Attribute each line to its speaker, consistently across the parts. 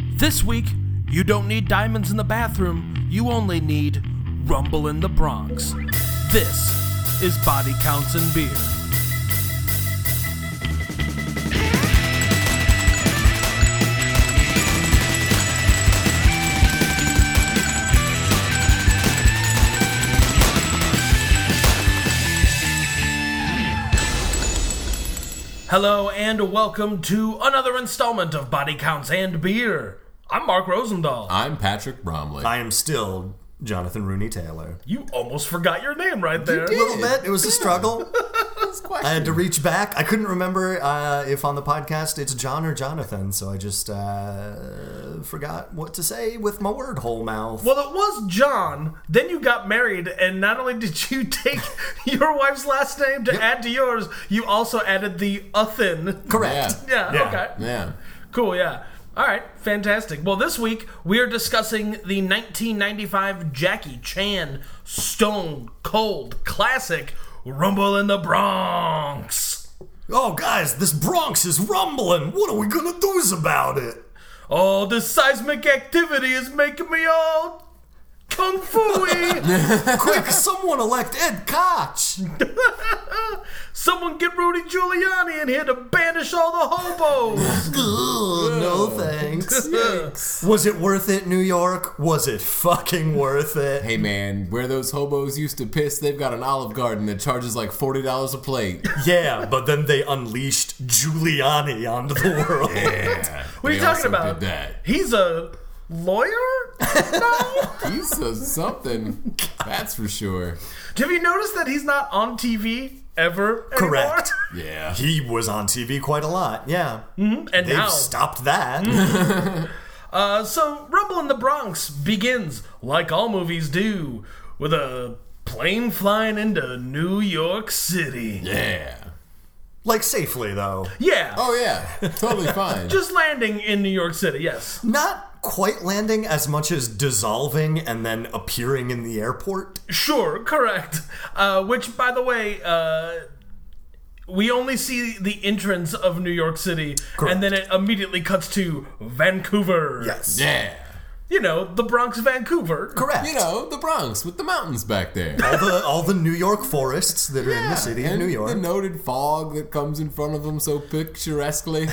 Speaker 1: This week, you don't need diamonds in the bathroom, you only need Rumble in the Bronx. This is Body Counts and Beer. Hello and welcome to another installment of Body Counts and Beer. I'm Mark Rosendahl.
Speaker 2: I'm Patrick Bromley.
Speaker 3: I am still Jonathan Rooney Taylor.
Speaker 1: you almost forgot your name right there.
Speaker 3: A little bit. It was a struggle. I had to reach back. I couldn't remember uh, if on the podcast it's John or Jonathan, so I just uh, forgot what to say with my word hole mouth.
Speaker 1: Well, it was John. Then you got married, and not only did you take your wife's last name to add to yours, you also added the Uthin.
Speaker 3: Correct.
Speaker 2: yeah.
Speaker 1: Yeah,
Speaker 3: Yeah.
Speaker 1: Okay.
Speaker 2: Yeah.
Speaker 1: Cool. Yeah. All right. Fantastic. Well, this week we are discussing the 1995 Jackie Chan Stone Cold classic Rumble in the Bronx.
Speaker 3: Oh, guys, this Bronx is rumbling. What are we gonna do about it?
Speaker 1: Oh, this seismic activity is making me all kung fu
Speaker 3: Quick, someone elect Ed Koch.
Speaker 1: Someone get Rudy Giuliani in here to banish all the hobos.
Speaker 3: Ugh, no thanks. Was it worth it, New York? Was it fucking worth it?
Speaker 2: Hey man, where those hobos used to piss, they've got an Olive Garden that charges like forty dollars a plate.
Speaker 3: Yeah, but then they unleashed Giuliani onto the world.
Speaker 2: Yeah.
Speaker 1: What are you
Speaker 2: They
Speaker 1: talking
Speaker 2: also
Speaker 1: about?
Speaker 2: Did that.
Speaker 1: He's a lawyer? No?
Speaker 2: He's a something. That's for sure.
Speaker 1: Have you noticed that he's not on TV ever anymore?
Speaker 3: Correct.
Speaker 2: Yeah.
Speaker 3: He was on TV quite a lot. Yeah,
Speaker 1: And
Speaker 3: they've
Speaker 1: Mm-hmm. now.
Speaker 3: stopped that.
Speaker 1: Uh, so, Rumble in the Bronx begins, like all movies do, with a plane flying into New York City.
Speaker 2: Yeah.
Speaker 3: Like safely though,
Speaker 1: Yeah.
Speaker 2: Oh yeah. Totally fine.
Speaker 1: Just landing in New York City, yes.
Speaker 3: not quite landing as much as dissolving and then appearing in the airport.
Speaker 1: Sure, correct. Uh, which, by the way, uh, we only see the entrance of New York City, and then it immediately cuts to Vancouver.
Speaker 2: yeah.
Speaker 1: You know, the Bronx, Vancouver.
Speaker 3: correct.
Speaker 2: You know, the Bronx with the mountains back there.
Speaker 3: all the all the New York forests that are in the city of
Speaker 2: And
Speaker 3: New York.
Speaker 2: The noted fog that comes in front of them so picturesquely.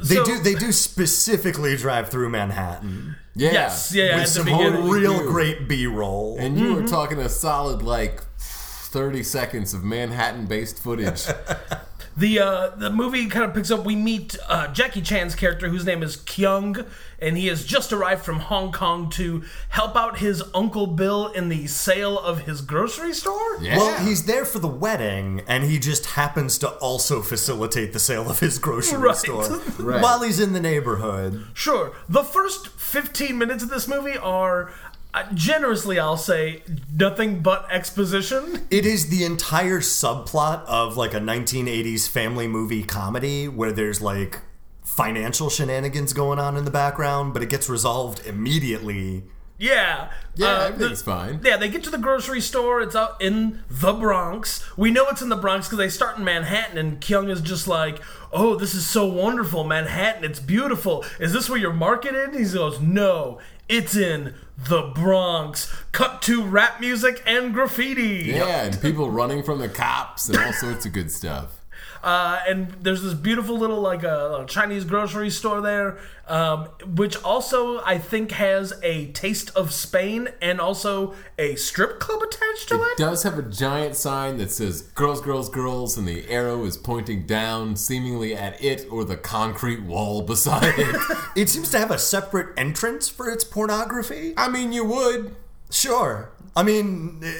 Speaker 3: they
Speaker 1: so-
Speaker 3: do they do specifically drive through Manhattan
Speaker 2: Yeah.
Speaker 1: Yes, yeah, at
Speaker 3: with
Speaker 1: the
Speaker 3: some
Speaker 1: beginning.
Speaker 3: real
Speaker 2: do.
Speaker 3: great B roll.
Speaker 2: And you were talking a solid like 30 seconds of Manhattan based footage.
Speaker 1: The uh, the movie kind of picks up. We meet uh, Jackie Chan's character, whose name is Kyung, and he has just arrived from Hong Kong to help out his uncle Bill in the sale of his grocery store.
Speaker 2: Yeah.
Speaker 3: Well, he's there for the wedding, and he just happens to also facilitate the sale of his grocery
Speaker 1: Right.
Speaker 3: store
Speaker 2: Right.
Speaker 3: while he's in the neighborhood.
Speaker 1: Sure. The first 15 minutes of this movie are, uh, generously, I'll say, nothing but exposition.
Speaker 3: It is the entire subplot of like a 1980s family movie comedy where there's like financial shenanigans going on in the background, but it gets resolved immediately.
Speaker 1: Yeah.
Speaker 2: yeah,
Speaker 1: Uh,
Speaker 2: everything's fine.
Speaker 1: yeah, they get to the grocery store. It's out in the Bronx. We know it's in the Bronx because they start in Manhattan, and Kyung is just like, "Oh, this is so wonderful, Manhattan. It's beautiful. Is this where you're marketed?" And he goes, "No, it's in the Bronx." Cut to rap music and graffiti.
Speaker 2: Yeah, and people running from the cops and all sorts of good stuff.
Speaker 1: Uh, and there's this beautiful little like a Chinese grocery store there, um, which also I think has a taste of Spain and also a strip club attached to it.
Speaker 2: Does have a giant sign that says girls, girls, girls, and the arrow is pointing down, seemingly at it or the concrete wall beside it.
Speaker 3: It seems to have a separate entrance for its pornography.
Speaker 2: I mean, you would.
Speaker 3: Sure. I mean, eh,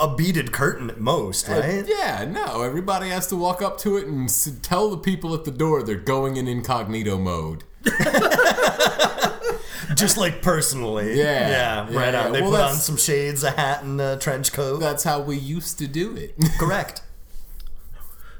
Speaker 3: a beaded curtain at most, right?
Speaker 2: Yeah, no, everybody has to walk up to it and s- tell the people at the door they're going in incognito mode.
Speaker 3: Just like personally.
Speaker 2: Yeah.
Speaker 3: Yeah, right
Speaker 2: Yeah.
Speaker 3: on. They
Speaker 2: Well,
Speaker 3: put on
Speaker 2: that's-
Speaker 3: some shades, a hat, and a trench coat.
Speaker 2: That's how we used to do it.
Speaker 3: Correct.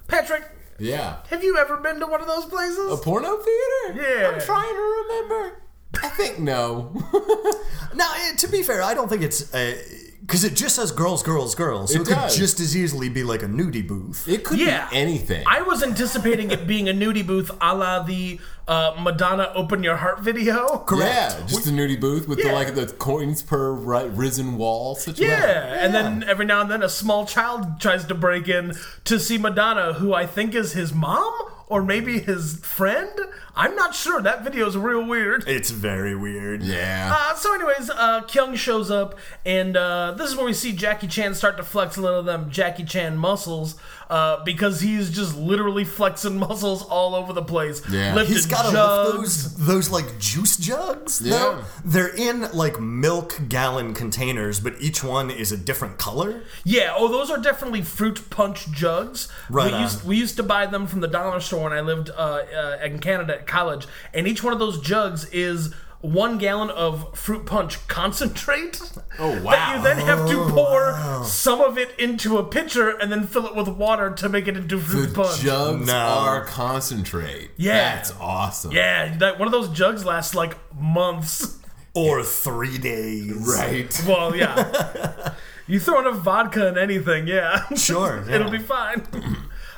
Speaker 1: Patrick,
Speaker 2: yeah.
Speaker 1: have you ever been to one of those
Speaker 2: A
Speaker 1: places?
Speaker 2: porno theater?
Speaker 1: Yeah.
Speaker 2: I'm trying to remember. I think no.
Speaker 3: Now, eh, to be fair, I don't think it's uh, Because it just says girls, girls, girls. So
Speaker 2: It
Speaker 3: it, could
Speaker 2: does.
Speaker 3: just as easily be like a nudie booth.
Speaker 2: It could
Speaker 1: Yeah.
Speaker 2: be anything.
Speaker 1: I was anticipating it being a nudie booth a la the uh, Madonna Open Your Heart video.
Speaker 2: Yeah, just a nudie booth with
Speaker 1: Yeah.
Speaker 2: the like the coins per ri risen wall situation.
Speaker 1: Yeah. and then every now and then a small child tries to break in to see Madonna, who I think is his mom or maybe his friend. I'm not sure. That video is real weird.
Speaker 3: It's very weird.
Speaker 2: Yeah.
Speaker 1: Uh, so, anyways, uh, Kyung shows up, and uh, this is where we see Jackie Chan start to flex a little of them Jackie Chan muscles uh, because he's just literally flexing muscles all over the place.
Speaker 2: Yeah.
Speaker 1: Lifting
Speaker 3: He's got to
Speaker 1: jugs.
Speaker 3: lift those those like juice jugs.
Speaker 2: Yeah.
Speaker 3: though. they're in like milk gallon containers, but each one is a different color.
Speaker 1: Yeah, oh, those are definitely fruit punch jugs.
Speaker 3: Right
Speaker 1: We
Speaker 3: on.
Speaker 1: used, we used to buy them from the dollar store when I lived uh, uh, in Canada at college, and each one of those jugs is one gallon of fruit punch concentrate.
Speaker 2: Oh,
Speaker 1: That
Speaker 2: wow.
Speaker 1: you then have
Speaker 3: Oh,
Speaker 1: to pour some of it into a pitcher and then fill it with water to make it into fruit
Speaker 2: The
Speaker 1: punch.
Speaker 2: jugs
Speaker 3: No.
Speaker 2: are concentrate.
Speaker 1: Uh, Yeah.
Speaker 2: That's awesome.
Speaker 1: yeah, that one of those jugs lasts like months.
Speaker 3: Or three days.
Speaker 2: Right.
Speaker 1: Well, yeah. you throw enough vodka in anything, yeah.
Speaker 3: Sure, yeah.
Speaker 1: It'll be fine.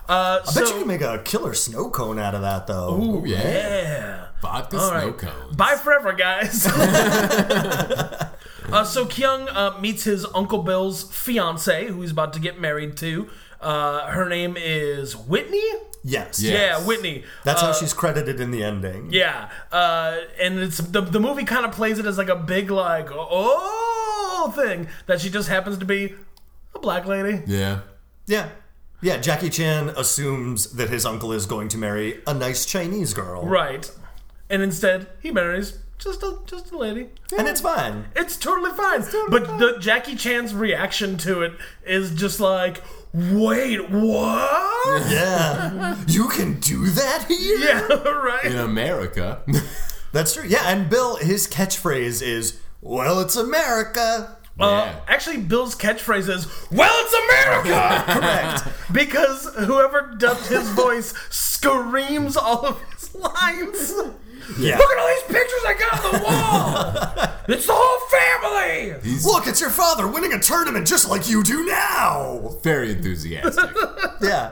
Speaker 1: Uh,
Speaker 3: I bet you can make a killer snow cone out of that, though.
Speaker 2: Oh, yeah.
Speaker 1: Yeah.
Speaker 2: Vodka
Speaker 1: All
Speaker 2: snow
Speaker 1: right.
Speaker 2: cones.
Speaker 1: Bye forever, guys. uh, so Kyung uh, meets his Uncle Bill's fiance, who he's about to get married to. Uh, her name is Whitney.
Speaker 3: Yes.
Speaker 2: Yeah. Yes.
Speaker 1: Yeah, Whitney.
Speaker 3: That's how she's credited in the ending.
Speaker 1: Uh, Yeah, uh, and it's the the movie kind of plays it as like a big like oh thing that she just happens to be a black lady.
Speaker 2: Yeah.
Speaker 3: Yeah. Yeah, Jackie Chan assumes that his uncle is going to marry a nice Chinese girl.
Speaker 1: Right, and instead he marries just a just a lady.
Speaker 3: And it's fine.
Speaker 1: It's totally fine. but the Jackie Chan's reaction to it is just like, wait, what?
Speaker 3: Yeah. you can do that here?
Speaker 1: yeah, right.
Speaker 2: In America.
Speaker 3: That's true. Yeah, and Bill, his catchphrase is, well, it's America.
Speaker 1: Uh,
Speaker 2: Yeah.
Speaker 1: actually, Bill's catchphrase is, well, it's America!
Speaker 3: Correct.
Speaker 1: because whoever dubbed his voice screams all of his lines.
Speaker 3: yeah.
Speaker 1: Look at all these pictures I got on the wall! it's the whole family!
Speaker 3: Look, it's your father winning a tournament just like you do now.
Speaker 2: Very enthusiastic.
Speaker 3: Yeah.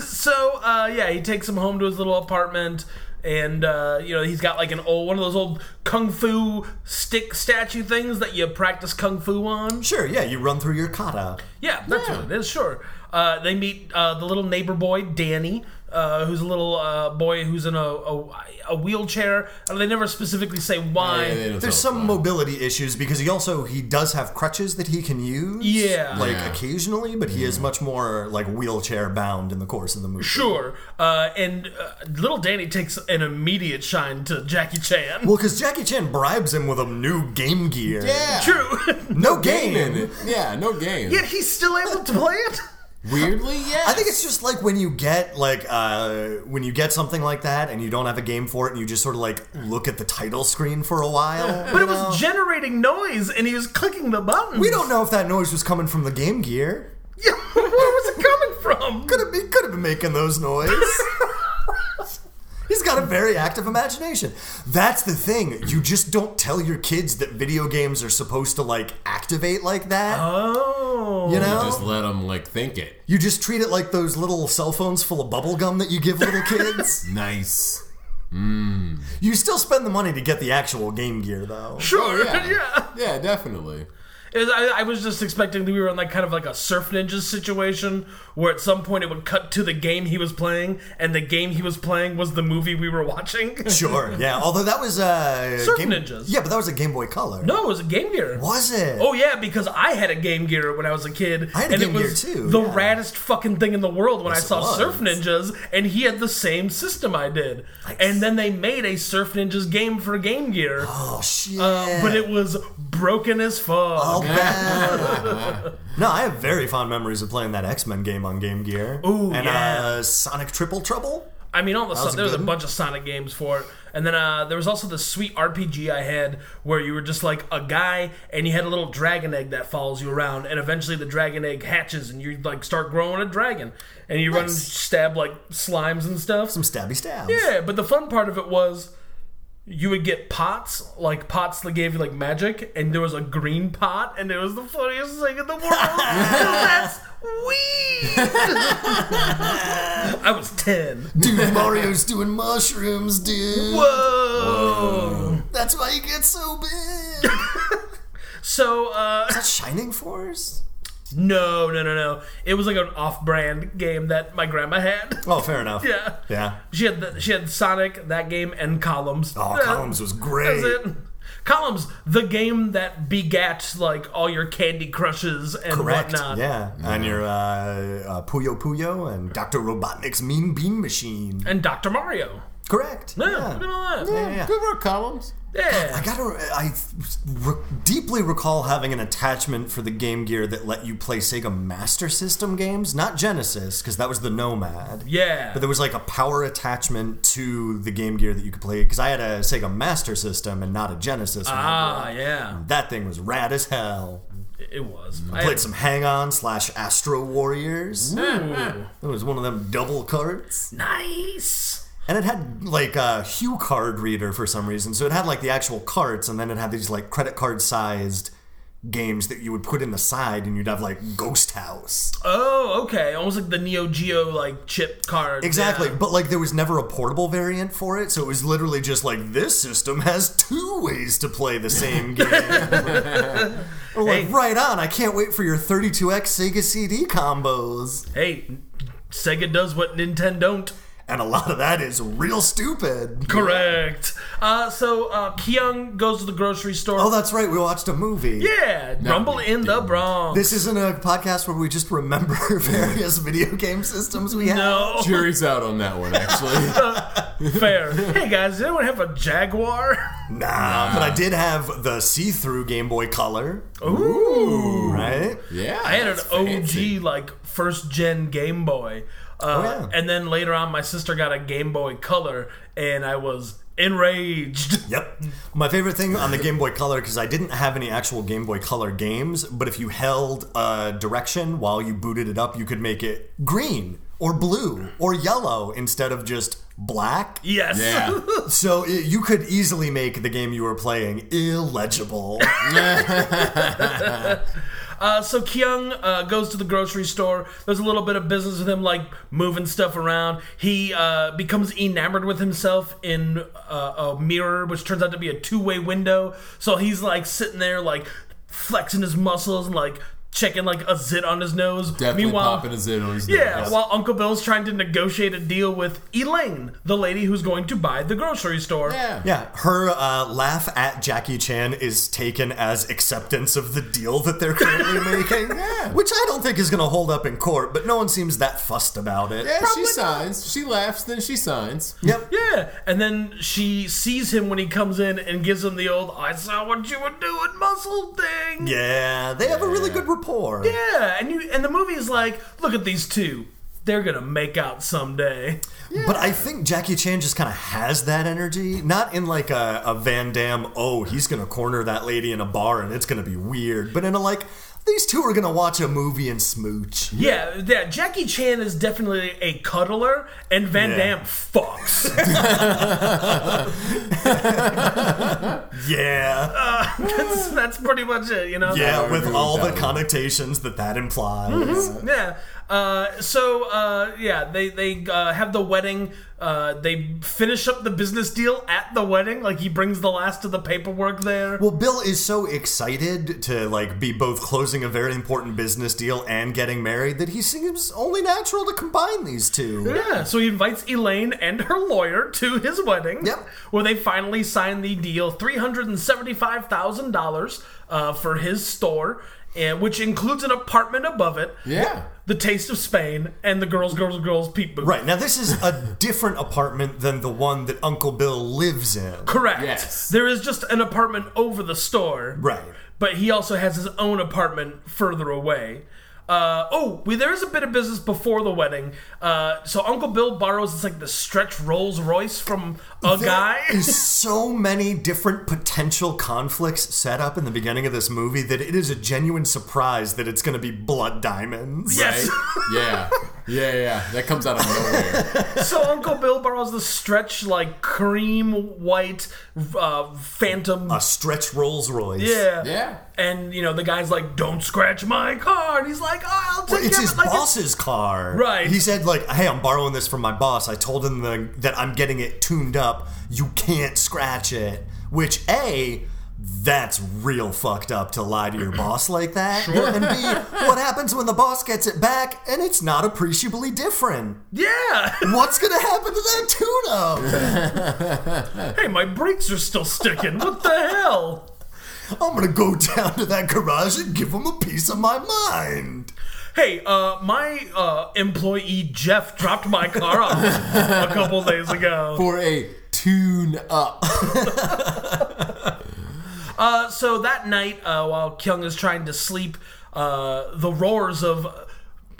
Speaker 1: So uh, yeah, he takes him home to his little apartment, and uh, you know he's got like an old one of those old kung fu stick statue things that you practice kung fu on.
Speaker 3: Sure, yeah, you run through your kata.
Speaker 1: Yeah, that's
Speaker 2: Yeah.
Speaker 1: what it is. Sure. Uh, they meet uh, the little neighbor boy Danny, uh, who's a little uh, boy who's in a, a, a wheelchair. And they never specifically say why.
Speaker 2: Yeah, they don't
Speaker 3: There's
Speaker 2: tell
Speaker 3: some
Speaker 2: us why.
Speaker 3: mobility issues because he also he does have crutches that he can use.
Speaker 1: Yeah.
Speaker 3: Like
Speaker 2: Yeah.
Speaker 3: occasionally, but he is much more like wheelchair bound in the course of the movie.
Speaker 1: Sure. Uh, and uh, little Danny takes an immediate shine to Jackie Chan.
Speaker 3: Well, because Jackie Chan bribes him with a new Game Gear.
Speaker 2: Yeah.
Speaker 1: True.
Speaker 3: No
Speaker 2: Game
Speaker 3: game.
Speaker 2: in it. Yeah, no game.
Speaker 1: Yet he's still able to play it.
Speaker 2: Weirdly, yeah.
Speaker 3: I think it's just like when you get like uh, when you get something like that and you don't have a game for it and you just sort of like look at the title screen for a while.
Speaker 1: But
Speaker 3: you
Speaker 1: it
Speaker 3: know?
Speaker 1: was generating noise, and he was clicking the buttons.
Speaker 3: we don't know if that noise was coming from the Game Gear.
Speaker 1: Yeah, where was it coming from?
Speaker 3: Could have been could have been making those noise. He's got a very active imagination. That's the thing. You just don't tell your kids that video games are supposed to like activate like that.
Speaker 1: Uh-huh. Oh.
Speaker 3: you know?
Speaker 2: Just let them like think it.
Speaker 3: You just treat it like those little cell phones full of bubble gum that you give little kids.
Speaker 2: Nice.
Speaker 3: you still spend the money to get the actual Game Gear, though.
Speaker 1: Sure.
Speaker 2: Oh, Yeah.
Speaker 1: Oh, yeah.
Speaker 2: Yeah, definitely.
Speaker 1: It was- I, I was just expecting that we were in like kind of like a Surf Ninjas situation where at some point it would cut to the game he was playing, and the game he was playing was the movie we were watching.
Speaker 3: Sure, yeah. Although that was uh,
Speaker 1: Surf
Speaker 3: Game-
Speaker 1: Ninjas.
Speaker 3: Yeah, but that was a Game Boy Color.
Speaker 1: No, it was a Game Gear.
Speaker 3: Was it?
Speaker 1: Oh yeah, because I had a Game Gear when I was a kid,
Speaker 3: I had a
Speaker 1: and
Speaker 3: Game
Speaker 1: it
Speaker 3: Gear,
Speaker 1: was
Speaker 3: too,
Speaker 1: the
Speaker 3: yeah.
Speaker 1: raddest fucking thing in the world when
Speaker 3: Yes,
Speaker 1: I
Speaker 3: it
Speaker 1: saw
Speaker 3: was.
Speaker 1: Surf Ninjas, and he had the same system I did. And then they made a Surf Ninjas game for Game Gear,
Speaker 3: Oh, shit.
Speaker 1: Uh, but it was broken as fuck.
Speaker 3: All bad. no, I have very fond memories of playing that X Men game on Game Gear.
Speaker 1: Ooh,
Speaker 3: and
Speaker 1: yeah.
Speaker 3: uh, Sonic Triple Trouble.
Speaker 1: I mean, all the
Speaker 3: was
Speaker 1: Son- there was a
Speaker 3: good.
Speaker 1: bunch of Sonic games for it, and then uh, there was also the sweet RPG I had where you were just like a guy, and you had a little dragon egg that follows you around, and eventually the dragon egg hatches, and you like start growing a dragon, and you run and
Speaker 3: Nice.
Speaker 1: stab like slimes and stuff.
Speaker 3: Some stabby stabs.
Speaker 1: Yeah, but the fun part of it was you would get pots, like pots that gave you like magic, and there was a green pot, and it was the funniest thing in the world. 'Cause that's weed. I was ten.
Speaker 3: Dude, Mario's doing mushrooms, dude.
Speaker 1: Whoa.
Speaker 3: That's why he gets so big.
Speaker 1: So uh,
Speaker 3: Is that Shining Force?
Speaker 1: no, no, no, no. It was like an off-brand game that my grandma had.
Speaker 3: Oh, fair enough.
Speaker 1: Yeah.
Speaker 3: Yeah.
Speaker 1: She had the, she had Sonic that game and Columns.
Speaker 3: Oh,
Speaker 1: Yeah.
Speaker 3: Columns was great.
Speaker 1: That's it. Columns, the game that begat like all your Candy Crushes and
Speaker 3: Correct.
Speaker 1: whatnot.
Speaker 3: Yeah. And your uh, uh, Puyo Puyo and Dr. Robotnik's Mean Bean Machine.
Speaker 1: And Dr. Mario.
Speaker 3: Correct.
Speaker 1: Yeah, look at all that.
Speaker 3: Yeah, yeah.
Speaker 2: Good work, columns.
Speaker 1: Yeah.
Speaker 3: I gotta. I re- deeply recall having an attachment for the Game Gear that let you play Sega Master System games, not Genesis, because that was the Nomad.
Speaker 1: Yeah.
Speaker 3: But there was like a power attachment to the Game Gear that you could play, because I had a Sega Master System and not a Genesis. when I grew
Speaker 1: Ah,
Speaker 3: up.
Speaker 1: yeah.
Speaker 3: That thing was rad as hell.
Speaker 1: It it was. I
Speaker 3: Played some Hang On slash Astro Warriors. It
Speaker 1: Ooh,
Speaker 3: was one of them double cards.
Speaker 1: nice.
Speaker 3: And it had like a Hue card reader for some reason. So it had like the actual carts, and then it had these like credit card sized games that you would put in the side, and you'd have like Ghost House.
Speaker 1: Oh, okay. Almost like the Neo Geo like chip card.
Speaker 3: Exactly.
Speaker 1: Yeah.
Speaker 3: But like there was never a portable variant for it. So it was literally just like this system has two ways to play the same game. We're like,
Speaker 1: Hey.
Speaker 3: right on. I can't wait for your 32X Sega CD combos.
Speaker 1: Hey, Sega does what Nintendo don't.
Speaker 3: And a lot of that is real stupid.
Speaker 1: Correct. Uh, so uh, Kyung goes to the grocery store.
Speaker 3: Oh, that's right. We watched a movie.
Speaker 1: yeah, Rumble in the Bronx.
Speaker 3: This isn't a podcast where we just remember various video game systems we have.
Speaker 1: no.
Speaker 2: Jury's out on that one, actually.
Speaker 1: Fair. hey guys, did anyone have a Jaguar?
Speaker 3: Nah, but I did have the see-through Game Boy Color,
Speaker 2: Ooh.
Speaker 3: right?
Speaker 2: Yeah.
Speaker 1: I had an
Speaker 2: that's
Speaker 1: OG
Speaker 2: fancy.
Speaker 1: like first gen Game Boy, uh,
Speaker 3: Oh, yeah.
Speaker 1: and then later on my sister got a Game Boy Color, and I was enraged.
Speaker 3: Yep. My favorite thing on the Game Boy Color, because I didn't have any actual Game Boy Color games, but if you held a direction while you booted it up, you could make it green or blue or yellow instead of just black.
Speaker 1: Yes.
Speaker 2: Yeah.
Speaker 3: So i you could easily make the game you were playing illegible.
Speaker 1: Uh, so Kyung uh, goes to the grocery store. There's a little bit of business with him, like moving stuff around. He uh, becomes enamored with himself in uh, a mirror, which turns out to be a two-way window. So he's like sitting there, like flexing his muscles and like checking like a zit on his nose.
Speaker 2: Definitely popping a zit on his
Speaker 1: Yeah,
Speaker 2: nose.
Speaker 1: while Uncle Bill's trying to negotiate a deal with Elaine, the lady who's going to buy the grocery store.
Speaker 2: yeah.
Speaker 3: yeah, her uh, laugh at Jackie Chan is taken as acceptance of the deal that they're currently making,
Speaker 2: Yeah.
Speaker 3: which I don't think is going to hold up in court, but no one seems that fussed about it.
Speaker 2: Yeah, she signs. She laughs, then she signs.
Speaker 3: Yep.
Speaker 1: Yeah, and then she sees him when he comes in and gives him the old "I saw what you were doing" muscle thing.
Speaker 3: Yeah, they have a really good rapport.
Speaker 1: Yeah, and you and the movie's like, look at these two, they're gonna make out someday.
Speaker 3: But I think Jackie Chan just kind of has that energy. Not in like a, a Van Damme, oh, he's going to corner that lady in a bar and it's going to be weird. But in a like, these two are going to watch a movie and smooch.
Speaker 1: Yeah, yeah. Jackie Chan is definitely a cuddler, and Van
Speaker 3: Yeah.
Speaker 1: Damme fucks.
Speaker 3: Yeah.
Speaker 1: that's, that's pretty much it, you know.
Speaker 3: Yeah, with
Speaker 2: agree
Speaker 3: all
Speaker 2: with
Speaker 3: the
Speaker 2: that. Mm-hmm.
Speaker 3: connotations that that implies.
Speaker 1: Yeah. Uh, so uh, yeah, they they uh, have the wedding. Uh, they finish up the business deal at the wedding. Like he brings the last of the paperwork there.
Speaker 3: Well, Bill is so excited to like be both closing a very important business deal and getting married that he seems only natural to combine these two.
Speaker 1: Yeah, so he invites Elaine and her lawyer to his wedding,
Speaker 3: Yep.
Speaker 1: where they finally sign the deal three hundred and seventy-five thousand uh, dollars for his store, and which includes an apartment above it.
Speaker 2: Yeah.
Speaker 1: The Taste of Spain and the Girls, Girls, Girls Peep Booth.
Speaker 3: Right, now this is a different apartment than the one that Uncle Bill lives in.
Speaker 1: Correct.
Speaker 2: Yes.
Speaker 1: There is just an apartment over the store.
Speaker 3: Right.
Speaker 1: But he also has his own apartment further away. Uh, oh, we, there is a bit of business before the wedding. Uh, so Uncle Bill borrows it's like the stretch Rolls Royce from a guy.
Speaker 3: There's so many different potential conflicts set up in the beginning of this movie that it is a genuine surprise that it's going to be blood diamonds.
Speaker 1: Yes.
Speaker 2: yeah. Yeah, yeah. That comes out of nowhere.
Speaker 1: so Uncle Bill borrows the stretch like cream white uh, phantom.
Speaker 3: A stretch Rolls Royce.
Speaker 1: yeah.
Speaker 2: Yeah.
Speaker 1: And you know the guy's like, "Don't scratch my car," and he's like, oh, "I'll take
Speaker 3: Well, it's
Speaker 1: care
Speaker 3: his
Speaker 1: of it." Like,
Speaker 3: boss's car.
Speaker 1: Right.
Speaker 3: He said, like, hey, I'm borrowing this from my boss. I told him the, that I'm getting it tuned up. You can't scratch it. Which, A, that's real fucked up to lie to your boss like that. And B, what happens when the boss gets it back and it's not appreciably different?
Speaker 1: yeah.
Speaker 3: What's going to happen to that tune up?
Speaker 1: hey, my brakes are still sticking. What the hell?
Speaker 3: I'm going to go down to that garage and give him a piece of my mind.
Speaker 1: Hey, uh, my uh, employee Jeff dropped my car off a couple days ago.
Speaker 2: For a tune up.
Speaker 1: Uh, so that night, uh, while Kyung is trying to sleep, uh, the roars of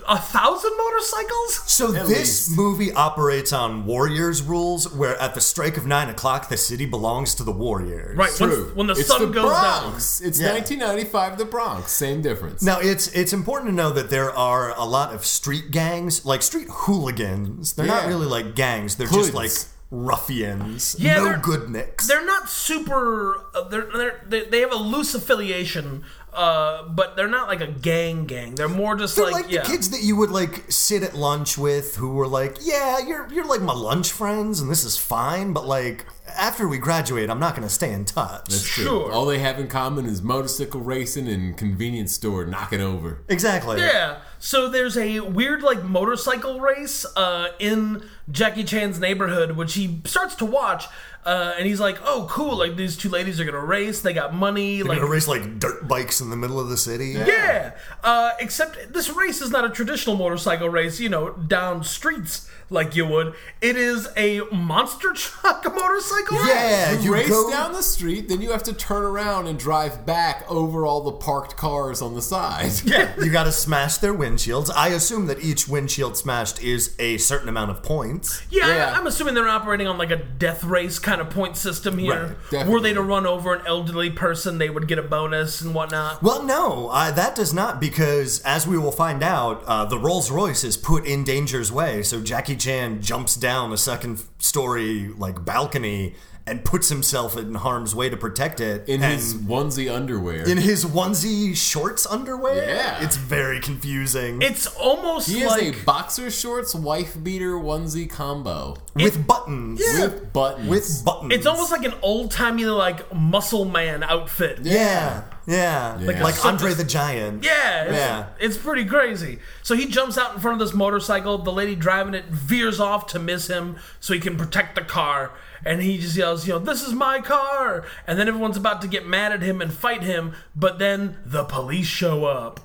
Speaker 1: a thousand motorcycles.
Speaker 3: So this
Speaker 2: least.
Speaker 3: movie operates on warriors rules, where at the strike of nine o'clock, the city belongs to the warriors.
Speaker 1: Right when,
Speaker 2: True.
Speaker 1: when the
Speaker 2: it's
Speaker 1: sun
Speaker 2: the
Speaker 1: goes down.
Speaker 2: Bronx. It's
Speaker 3: Yeah.
Speaker 2: 1995, the Bronx. Same difference.
Speaker 3: Now it's it's important to know that there are a lot of street gangs, like street hooligans. They're not
Speaker 2: Yeah.
Speaker 3: really like gangs. They're
Speaker 2: Hoods.
Speaker 3: just like ruffians.
Speaker 1: Yeah, they're-
Speaker 3: no good nicks.
Speaker 1: They're not super. Uh, they're, they're, they they have a loose affiliation, uh, but they're not like a gang gang. They're more just
Speaker 3: They're
Speaker 1: like,
Speaker 3: like
Speaker 1: yeah.
Speaker 3: the kids that you would like sit at lunch with, who were like, "Yeah, you're you're like my lunch friends, and this is fine, but like after we graduate, I'm not going to stay in touch."
Speaker 2: That's true.
Speaker 1: Sure.
Speaker 2: All they have in common is motorcycle racing and convenience store knocking over.
Speaker 3: exactly.
Speaker 1: Yeah. So there's a weird like motorcycle race uh, in Jackie Chan's neighborhood, which he starts to watch, uh, and he's like, "Oh, cool! Like these two ladies are gonna race. They got money.
Speaker 3: They're
Speaker 1: like."
Speaker 3: gonna race like dirt bikes in the middle of the city.
Speaker 1: yeah, uh, except this race is not a traditional motorcycle race, you know, down streets like you would. It is a monster truck motorcycle race.
Speaker 3: Yeah,
Speaker 2: You,
Speaker 3: you
Speaker 2: race
Speaker 3: go-
Speaker 2: down the street, then you have to turn around and drive back over all the parked cars on the side.
Speaker 3: You gotta smash their windshields. I assume that each windshield smashed is a certain amount of points.
Speaker 1: Yeah,
Speaker 2: Yeah.
Speaker 1: I, I'm assuming they're operating on like a death race kind of point system
Speaker 3: Right,
Speaker 1: here.
Speaker 2: definitely.
Speaker 1: Were they to run over an elderly person, they would get a bonus and whatnot.
Speaker 3: Well, no, uh, that does not, because as we will find out, uh, the Rolls Royce is put in danger's way. So Jackie Chan jumps down a second story like balcony and puts himself in harm's way to protect it.
Speaker 2: In
Speaker 3: and
Speaker 2: his onesie underwear.
Speaker 3: in his onesie shorts underwear.
Speaker 2: Yeah.
Speaker 3: it's very confusing.
Speaker 1: It's almost
Speaker 2: he has
Speaker 1: like
Speaker 2: a boxer shorts, wife beater, onesie combo.
Speaker 3: with buttons.
Speaker 2: With buttons.
Speaker 3: With buttons.
Speaker 1: it's almost like an old timey like muscle man outfit. Yeah,
Speaker 3: yeah, yeah,
Speaker 2: Yeah.
Speaker 3: like Andre the Giant.
Speaker 1: it's,
Speaker 3: Yeah.
Speaker 1: it's pretty crazy. So he jumps out in front of this motorcycle. The lady driving it veers off to miss him, so he can protect the car. And he just yells, you know, this is my car. And then everyone's about to get mad at him and fight him, but then the police show up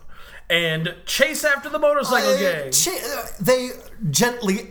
Speaker 1: and chase after the motorcycle
Speaker 3: They,
Speaker 1: gang.
Speaker 3: cha- uh, they gently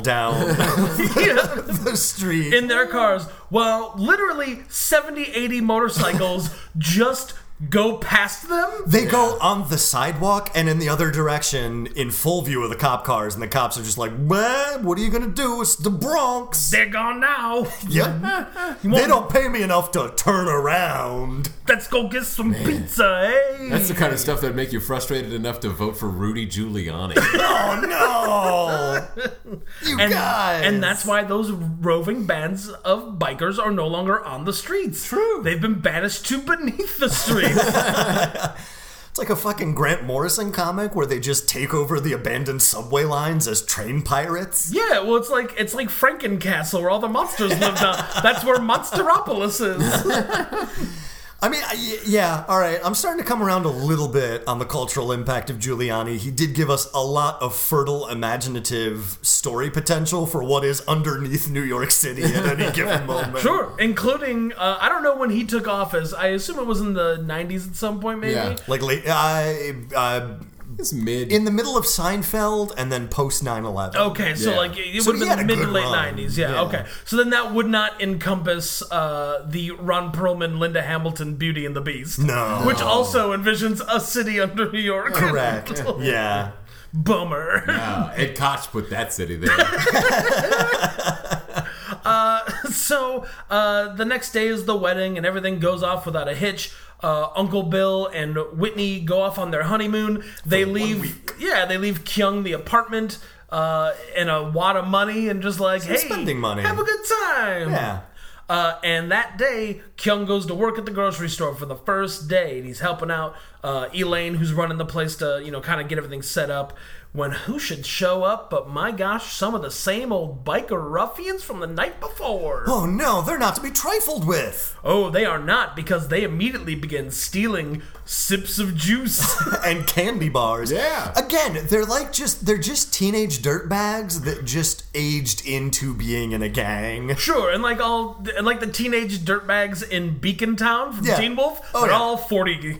Speaker 3: down
Speaker 1: Yeah.
Speaker 3: the street.
Speaker 1: in their cars while literally 70, 80 motorcycles just go past them.
Speaker 3: they go on the sidewalk and in the other direction in full view of the cop cars, and the cops are just like, "Man, what are you gonna do? It's the Bronx."
Speaker 1: They're gone now.
Speaker 3: Yep. they don't pay me enough to turn around.
Speaker 1: Let's go get some pizza, hey?
Speaker 2: That's the kind of stuff that'd make you frustrated enough to vote for Rudy Giuliani.
Speaker 3: Oh no! you
Speaker 1: and,
Speaker 3: guys.
Speaker 1: and that's why those roving bands of bikers are no longer on the streets.
Speaker 2: True.
Speaker 1: They've been banished to beneath the streets.
Speaker 3: It's like a fucking Grant Morrison comic where they just take over the abandoned subway lines as train pirates.
Speaker 1: yeah, well, it's like it's like Frankencastle where all the monsters live now. That's where Monsteropolis is.
Speaker 3: I mean, I- y- yeah, all right. I'm starting to come around a little bit on the cultural impact of Giuliani. He did give us a lot of fertile, imaginative story potential for what is underneath New York City at any given moment.
Speaker 1: Sure, including uh, I don't know when he took office. I assume it was in the '90s at some point, maybe.
Speaker 2: Yeah.
Speaker 3: Like, late, I, uh,
Speaker 2: it's mid.
Speaker 3: in the middle of Seinfeld and then post 9 11.
Speaker 1: Okay, so
Speaker 2: Yeah.
Speaker 1: like it
Speaker 3: So
Speaker 1: would
Speaker 3: he
Speaker 1: have
Speaker 3: had
Speaker 1: been mid
Speaker 3: a
Speaker 1: to
Speaker 3: good
Speaker 1: late
Speaker 3: run.
Speaker 1: nineties. Yeah,
Speaker 3: Yeah.
Speaker 1: okay. So then that would not encompass uh, the Ron Perlman, Linda Hamilton, Beauty and the Beast.
Speaker 3: No.
Speaker 1: Which also envisions a city under New York.
Speaker 3: Correct. yeah.
Speaker 1: Bummer.
Speaker 2: Uh, Ed Koch put that city there.
Speaker 1: so uh, the next day is the wedding, and everything goes off without a hitch. Uh, Uncle Bill and Whitney go off on their honeymoon. They leave. Yeah, they leave Kyung the apartment uh, and a wad of money, and just like, hey,
Speaker 3: spending money.
Speaker 1: have a good time.
Speaker 3: Yeah.
Speaker 1: Uh, and that day, Kyung goes to work at the grocery store for the first day, and he's helping out uh, Elaine, who's running the place to, you know, kind of get everything set up. When who should show up but, my gosh, some of the same old biker ruffians from the night before.
Speaker 3: Oh no, they're not to be trifled with.
Speaker 1: Oh, they are not, because they immediately begin stealing sips of juice.
Speaker 3: and candy bars.
Speaker 2: Yeah.
Speaker 3: Again, they're like just they're just teenage dirtbags that just aged into being in a gang.
Speaker 1: Sure, and like all, and like the teenage dirtbags in Beacon Town from
Speaker 3: Yeah.
Speaker 1: Teen Wolf,
Speaker 3: Oh,
Speaker 1: they're
Speaker 3: yeah.
Speaker 1: all forty.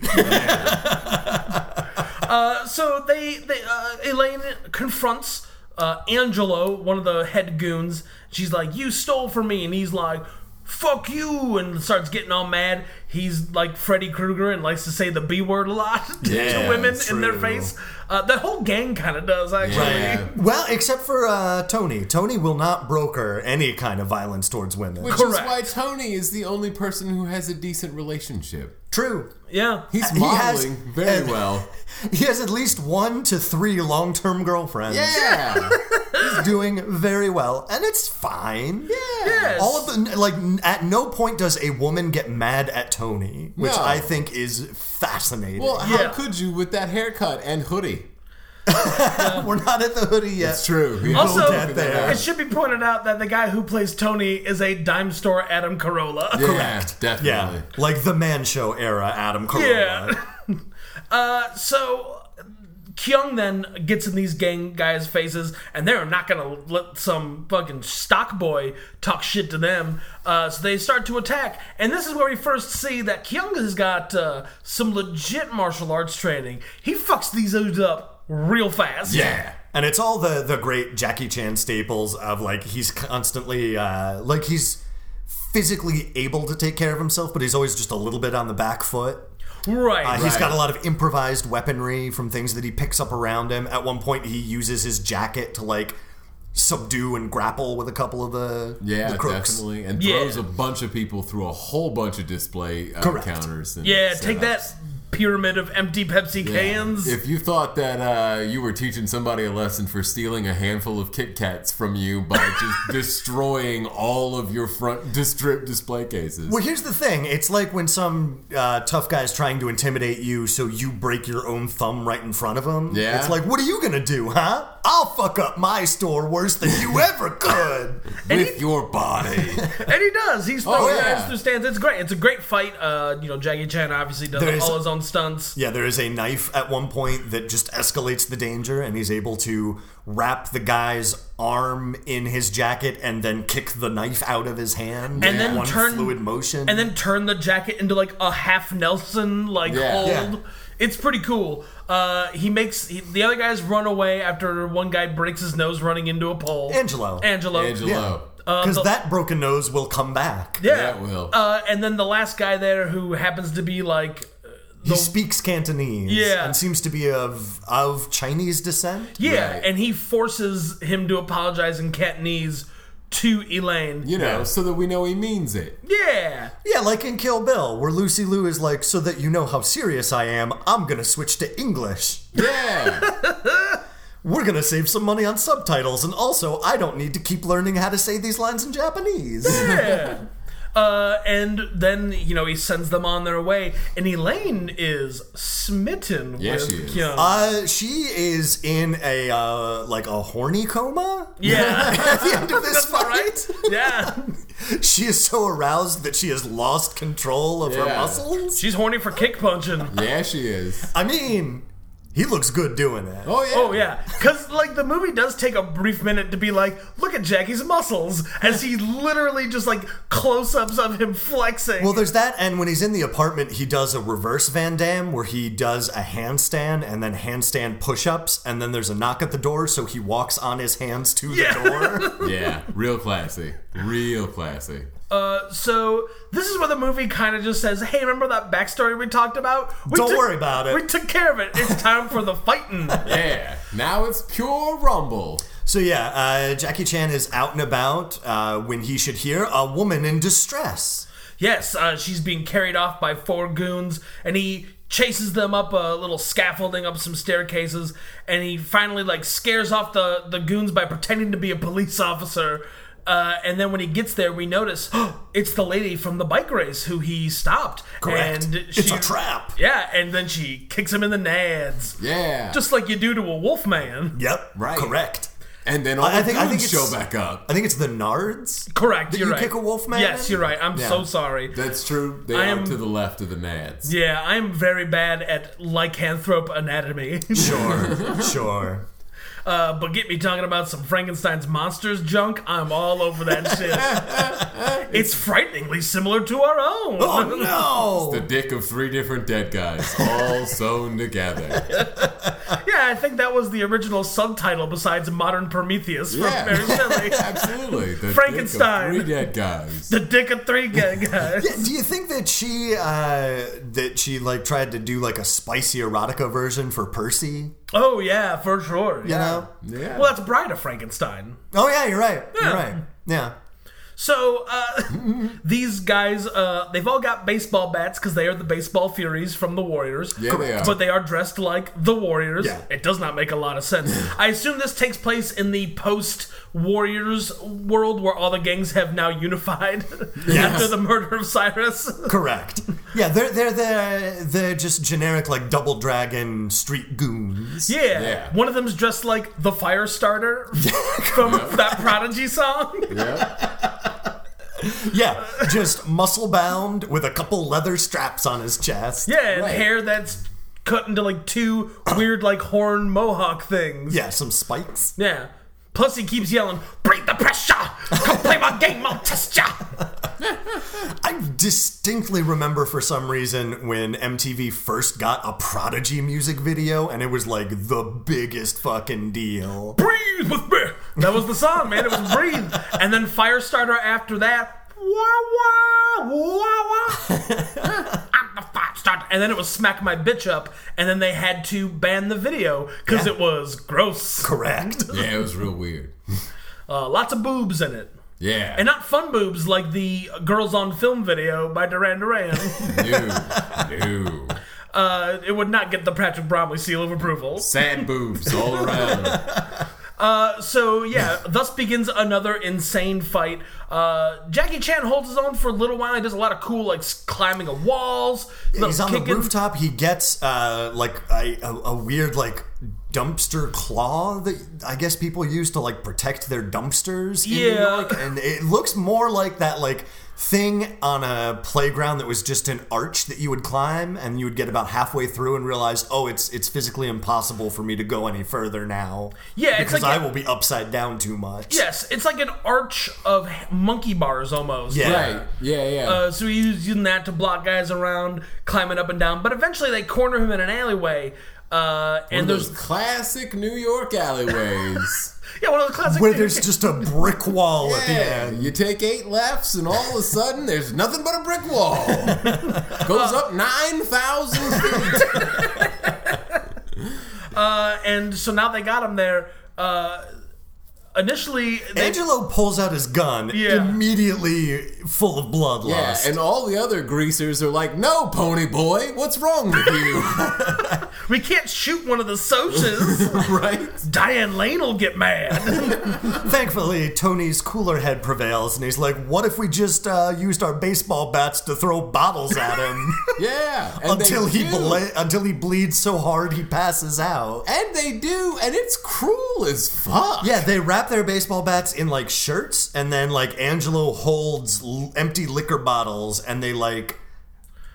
Speaker 1: uh, so they, they uh, Elaine confronts uh, Angelo, one of the head goons. She's like, "You stole from me," and he's like, "Fuck you!" and starts getting all mad. He's like Freddy Krueger and likes to say the B word a lot to
Speaker 2: Yeah,
Speaker 1: women in their
Speaker 2: true.
Speaker 1: face. Uh, the whole gang kind of does actually.
Speaker 2: Yeah.
Speaker 3: Well, except for uh, Tony. Tony will not broker any kind of violence towards women.
Speaker 2: Which
Speaker 1: Correct.
Speaker 2: is why Tony is the only person who has a decent relationship.
Speaker 3: True.
Speaker 1: yeah.
Speaker 2: He's
Speaker 3: He has-
Speaker 2: modeling very
Speaker 3: and-
Speaker 2: well.
Speaker 3: He has at least one to three long term girlfriends.
Speaker 2: Yeah.
Speaker 3: He's doing very well, and it's fine.
Speaker 1: Yes.
Speaker 3: All of the like, n- at no point does a woman get mad at Tony, which
Speaker 2: No.
Speaker 3: I think is fascinating.
Speaker 2: Well, how
Speaker 1: Yeah.
Speaker 2: could you with that haircut and hoodie?
Speaker 3: we're not at the hoodie yet.
Speaker 2: It's true. You
Speaker 1: Also,
Speaker 2: don't figure that out.
Speaker 1: it should be pointed out that the guy who plays Tony is a dime store Adam Carolla.
Speaker 2: yeah,
Speaker 3: correct.
Speaker 2: Definitely.
Speaker 3: Yeah, like the Man Show era, Adam Carolla.
Speaker 1: Yeah. Uh, so Kyung then gets in these gang guys' faces, and they're not gonna let some fucking stock boy talk shit to them. Uh, so they start to attack, and this is where we first see that Kyung has got uh, some legit martial arts training. He fucks these dudes up real fast.
Speaker 2: Yeah.
Speaker 3: And it's all the the great Jackie Chan staples of like he's constantly uh, like he's physically able to take care of himself, but he's always just a little bit on the back foot.
Speaker 1: right.
Speaker 3: Uh, He's
Speaker 2: Right.
Speaker 3: got a lot of improvised weaponry from things that he picks up around him. At one point, he uses his jacket to like subdue and grapple with a couple of the
Speaker 2: Yeah,
Speaker 3: the crooks.
Speaker 2: definitely. And
Speaker 1: Yeah.
Speaker 2: throws a bunch of people through a whole bunch of display uh,
Speaker 3: Correct.
Speaker 2: counters. And
Speaker 1: yeah, take
Speaker 2: setups.
Speaker 1: that pyramid of empty Pepsi cans.
Speaker 2: If you thought that uh, you were teaching somebody a lesson for stealing a handful of Kit Kats from you by just destroying all of your front strip display cases,
Speaker 3: Well, here's the thing. It's like when some uh, tough guy's trying to intimidate you, so you break your own thumb right in front of him.
Speaker 2: Yeah.
Speaker 3: It's like, what are you going to do, huh? I'll fuck up my store worse than you ever could.
Speaker 2: with your body.
Speaker 1: And he does. He's throwing
Speaker 2: Oh, yeah.
Speaker 1: guys through stands. It's great. It's a great fight. Uh, you know, Jackie Chan obviously does
Speaker 3: There's-
Speaker 1: all his own stunts.
Speaker 3: yeah, there is a knife at one point that just escalates the danger, and he's able to wrap the guy's arm in his jacket and then kick the knife out of his hand.
Speaker 1: And
Speaker 3: in
Speaker 1: then
Speaker 3: one
Speaker 1: turn-
Speaker 3: fluid motion.
Speaker 1: And then turn the jacket into like a half Nelson like
Speaker 2: Yeah.
Speaker 1: hold.
Speaker 3: Yeah.
Speaker 1: It's pretty cool. Uh, he makes he, the other guys run away after one guy breaks his nose running into a pole.
Speaker 3: Angelo.
Speaker 1: Angelo.
Speaker 2: Angelo.
Speaker 1: uh,
Speaker 3: because that broken nose will come back.
Speaker 1: Yeah.
Speaker 2: Yeah, it will.
Speaker 1: Uh, and then the last guy there who happens to be like
Speaker 3: He speaks Cantonese
Speaker 1: Yeah.
Speaker 3: and seems to be of of Chinese descent.
Speaker 1: yeah,
Speaker 2: Right.
Speaker 1: and he forces him to apologize in Cantonese to Elaine.
Speaker 2: You know, so that we know he means it.
Speaker 1: yeah.
Speaker 3: Yeah, like in Kill Bill, where Lucy Liu is like, "So that you know how serious I am, I'm gonna switch to English.
Speaker 2: Yeah.
Speaker 3: We're gonna save some money on subtitles, and also I don't need to keep learning how to say these lines in Japanese."
Speaker 1: Yeah. Uh, and then you know he sends them on their way, and Elaine is smitten
Speaker 2: Yeah,
Speaker 1: with
Speaker 2: she is.
Speaker 1: Kyung.
Speaker 3: Uh, she is in a uh, like a horny coma.
Speaker 1: yeah,
Speaker 3: At the end of this
Speaker 1: that's all
Speaker 3: fight,
Speaker 1: right. Yeah,
Speaker 3: she is so aroused that she has lost control of her
Speaker 2: Yeah.
Speaker 3: muscles.
Speaker 1: she's horny for kick punching.
Speaker 2: Yeah, she is.
Speaker 3: I mean, he looks good doing it.
Speaker 2: Oh, yeah.
Speaker 1: Oh yeah, because like the movie does take a brief minute to be like, look at Jackie's muscles as he literally just like close-ups of him flexing.
Speaker 3: Well, there's that, and when he's in the apartment, he does a reverse Van Dam where he does a handstand and then handstand push ups, and then there's a knock at the door, so he walks on his hands to
Speaker 1: Yeah.
Speaker 3: the door.
Speaker 2: Yeah. Real classy. Real classy.
Speaker 1: so this is where the movie kind of just says, hey, remember that backstory we talked about? We
Speaker 3: Don't worry about it."
Speaker 1: We took care of it. It's time for the fighting.
Speaker 2: Yeah. Now it's pure rumble.
Speaker 3: So yeah, uh, Jackie Chan is out and about uh, when he should hear a woman in distress.
Speaker 1: Yes, uh, she's being carried off by four goons, and he chases them up a little scaffolding, up some staircases, and he finally like scares off the the goons by pretending to be a police officer. Uh, and then when he gets there, we notice it's the lady from the bike race who he stopped.
Speaker 3: Correct.
Speaker 1: And
Speaker 3: It's a trap.
Speaker 1: Yeah, and then she kicks him in the nads.
Speaker 2: Yeah.
Speaker 1: Just like you do to a wolf man.
Speaker 3: Yep.
Speaker 2: Right.
Speaker 3: Correct.
Speaker 2: and then all
Speaker 3: I- I
Speaker 2: the
Speaker 3: think- I
Speaker 2: goons
Speaker 3: think
Speaker 2: show
Speaker 3: it's-
Speaker 2: back up.
Speaker 3: I think it's the Nards.
Speaker 1: Correct.
Speaker 3: That
Speaker 1: you're
Speaker 3: you
Speaker 1: right.
Speaker 3: kick a wolf man
Speaker 1: Yes,
Speaker 3: in?
Speaker 1: you're right. I'm so sorry.
Speaker 2: That's true. They
Speaker 1: I
Speaker 2: are
Speaker 1: am-
Speaker 2: to the left of the Nads.
Speaker 1: Yeah, I'm very bad at lycanthrope anatomy.
Speaker 3: Sure. sure.
Speaker 1: Uh, but get me talking about some Frankenstein's monsters junk. I'm all over that shit. it's frighteningly similar to our own.
Speaker 3: Oh no.
Speaker 2: The dick of three different dead guys, all sewn together.
Speaker 1: Yeah, I think that was the original subtitle besides Modern Prometheus
Speaker 2: Yeah.
Speaker 1: from Mary Shelley.
Speaker 2: Absolutely. The
Speaker 1: Frankenstein.
Speaker 2: Dick of three dead guys.
Speaker 1: the dick of three guy guys.
Speaker 3: Yeah, do you think that she uh, that she like tried to do like a spicy erotica version for Percy? You
Speaker 1: Oh yeah, for sure. Yeah.
Speaker 3: know?
Speaker 2: Yeah.
Speaker 1: Well, that's Bride of Frankenstein.
Speaker 3: Oh yeah, you're right.
Speaker 1: Yeah.
Speaker 3: You're right. Yeah.
Speaker 1: So uh, these guys, uh, they've all got baseball bats because they are the baseball furies from the Warriors.
Speaker 2: Yeah, they are.
Speaker 1: But they are dressed like the Warriors.
Speaker 3: Yeah.
Speaker 1: It does not make a lot of sense. I assume this takes place in the post Warriors world where all the gangs have now unified after the murder of Cyrus.
Speaker 3: Correct. Yeah, they're they're they're they're just generic like double dragon street goons.
Speaker 1: Yeah.
Speaker 2: Yeah.
Speaker 1: One of them's dressed like the Firestarter from that Prodigy song.
Speaker 2: yeah.
Speaker 3: Yeah, just muscle bound with a couple leather straps on his chest.
Speaker 1: Yeah, and
Speaker 2: Right.
Speaker 1: hair that's cut into like two weird like horn mohawk things.
Speaker 3: Yeah, some spikes.
Speaker 1: Yeah. Plus he keeps yelling, "Break the pressure! Come play my game, I'll test ya!"
Speaker 3: I distinctly remember for some reason when MTV first got a Prodigy music video and it was like the biggest fucking deal.
Speaker 1: Breathe with me. That was the song, man. It was breathe, and then Firestarter after that. Wah wah wah wah. I'm the Firestarter, and then it was smack my bitch up, and then they had to ban the video because it was gross.
Speaker 3: Correct.
Speaker 2: Yeah, it was real weird.
Speaker 1: Uh, lots of boobs in it.
Speaker 2: Yeah.
Speaker 1: And not fun boobs like the Girls on Film video by Duran Duran.
Speaker 2: New. New.
Speaker 1: uh, it would not get the Patrick Bromley seal of approval.
Speaker 2: Sad boobs all around.
Speaker 1: So yeah, thus begins another insane fight. Uh, Jackie Chan holds his own for a little while. He does a lot of cool, like s- climbing of walls. little
Speaker 3: He's on the
Speaker 1: kicking.
Speaker 3: rooftop. He gets uh, like a, a, a weird like dumpster claw that I guess people use to like protect their dumpsters. in New
Speaker 1: Yeah.
Speaker 3: York. and it looks more like that like thing on a playground that was just an arch that you would climb, and you would get about halfway through and realize, oh, it's it's physically impossible for me to go any further now.
Speaker 1: Yeah, it's
Speaker 3: because
Speaker 1: like-
Speaker 3: I will be upside down too much.
Speaker 1: Yes, it's like an arch of h- monkey bars almost.
Speaker 3: Yeah.
Speaker 2: Right. Yeah, yeah.
Speaker 1: Uh, so he's using that to block guys around, climbing up and down. But eventually, they corner him in an alleyway. Uh, and
Speaker 2: and those
Speaker 1: there's
Speaker 2: classic New York alleyways.
Speaker 1: yeah, one of the classic.
Speaker 3: Where there's just a brick wall at the
Speaker 2: Yeah,
Speaker 3: end.
Speaker 2: you take eight lefts, and all of a sudden, there's nothing but a brick wall. Goes up 9,000 feet.
Speaker 1: uh, and so now they got him there. Uh, initially, they,
Speaker 3: Angelo pulls out his gun,
Speaker 1: Yeah.
Speaker 3: immediately full of blood
Speaker 2: Yeah,
Speaker 3: lust.
Speaker 2: and all the other greasers are like, no, pony boy, what's wrong with you?
Speaker 1: we can't shoot one of the socias.
Speaker 2: right?
Speaker 1: Diane Lane will get mad.
Speaker 3: Thankfully, Tony's cooler head prevails, and he's like, "What if we just uh, used our baseball bats to throw bottles at him
Speaker 2: Yeah. and they
Speaker 3: until he
Speaker 2: do.
Speaker 3: ble- until he bleeds so hard he passes out?"
Speaker 2: And they do, and it's cruel as fuck.
Speaker 3: Yeah, they wrap their baseball bats in like shirts, and then like Angelo holds l- empty liquor bottles, and they like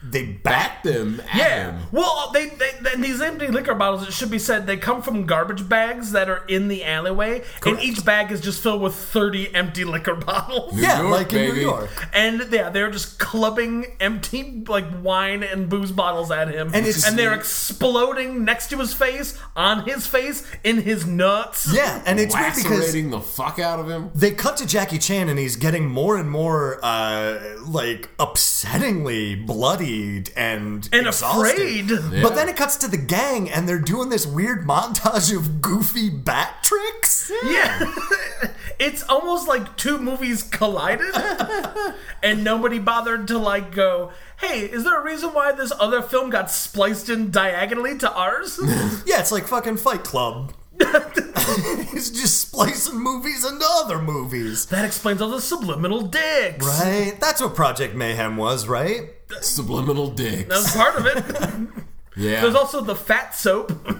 Speaker 3: they bat
Speaker 2: At them. At
Speaker 1: Yeah.
Speaker 2: them.
Speaker 1: Well, they, they, then these empty liquor bottles. It should be said they come from garbage bags that are in the alleyway, and each bag is just filled with thirty empty liquor bottles.
Speaker 3: Yeah,
Speaker 2: York,
Speaker 3: like in New
Speaker 2: baby.
Speaker 3: York.
Speaker 1: And yeah, they're just clubbing empty like wine and booze bottles at him,
Speaker 3: And it's-
Speaker 1: they're exploding next to his face, on his face, in his nuts.
Speaker 3: Yeah, and it's weird because
Speaker 2: Lacerating the fuck out of him.
Speaker 3: they cut to Jackie Chan and he's getting more and more uh, like upsettingly bloody bloodied and
Speaker 1: and
Speaker 3: exhausted.
Speaker 1: afraid.
Speaker 2: Yeah.
Speaker 3: But then it cuts to the gang, and they're doing this weird montage of goofy bat tricks.
Speaker 1: Yeah. it's almost like two movies collided and nobody bothered to like go, "Hey, is there a reason why this other film got spliced in diagonally to ours?"
Speaker 3: Yeah, it's like fucking Fight Club. it's just splicing movies into other movies.
Speaker 1: that explains all the subliminal dicks.
Speaker 3: Right? That's what Project Mayhem was, right?
Speaker 2: Subliminal dicks.
Speaker 1: That was part of it.
Speaker 2: yeah.
Speaker 1: There's also the fat soap.
Speaker 3: God,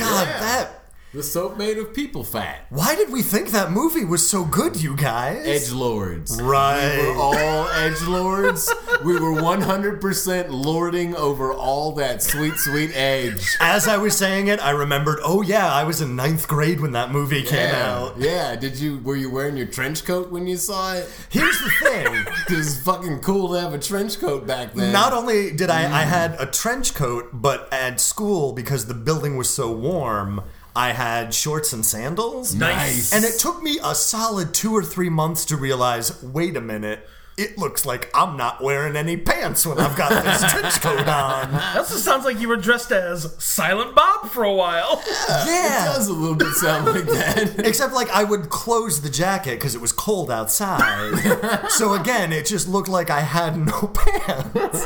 Speaker 2: Yeah.
Speaker 3: that.
Speaker 2: the soap made of people fat.
Speaker 3: Why did we think that movie was so good, you guys?
Speaker 2: Edge lords. We were
Speaker 3: right.
Speaker 2: all edge lords. we were 100% lording over all that sweet, sweet edge.
Speaker 3: As I was saying it, I remembered, oh yeah, I was in ninth grade when that movie came out.
Speaker 2: Yeah. Did you? Were you wearing your trench coat when you saw it?
Speaker 3: Here's the thing.
Speaker 2: It was fucking cool to have a trench coat back then.
Speaker 3: Not only did I, I had a trench coat, but at school, because the building was so warm, I had shorts and sandals.
Speaker 1: Nice.
Speaker 3: And it took me a solid two or three months to realize wait a minute, it looks like I'm not wearing any pants when I've got this trench coat on.
Speaker 1: That also sounds like you were dressed as Silent Bob for a while.
Speaker 2: It
Speaker 3: Yeah.
Speaker 2: does a little bit sound like that.
Speaker 3: Except, like, I would close the jacket because it was cold outside. so, again, it just looked like I had no pants.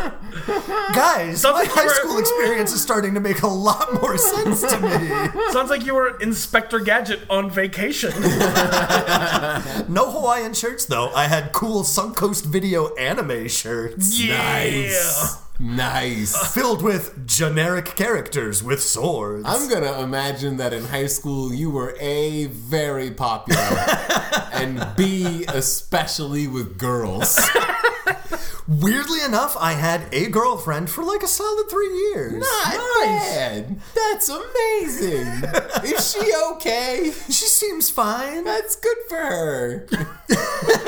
Speaker 3: Guys,
Speaker 1: Sounds
Speaker 3: my
Speaker 1: like you
Speaker 3: high
Speaker 1: were-
Speaker 3: school experience is starting to make a lot more sense to me.
Speaker 1: sounds like you were Inspector Gadget on vacation.
Speaker 3: No Hawaiian shirts, though. I had cool Suncoast video anime shirts.
Speaker 2: Nice. Nice.
Speaker 3: Filled with generic characters with swords.
Speaker 2: I'm gonna imagine that in high school you were a very popular and B especially with girls.
Speaker 3: Weirdly enough, I had a girlfriend for like a solid three years.
Speaker 2: bad. That's amazing. Is she okay?
Speaker 3: She seems fine.
Speaker 2: That's good for her.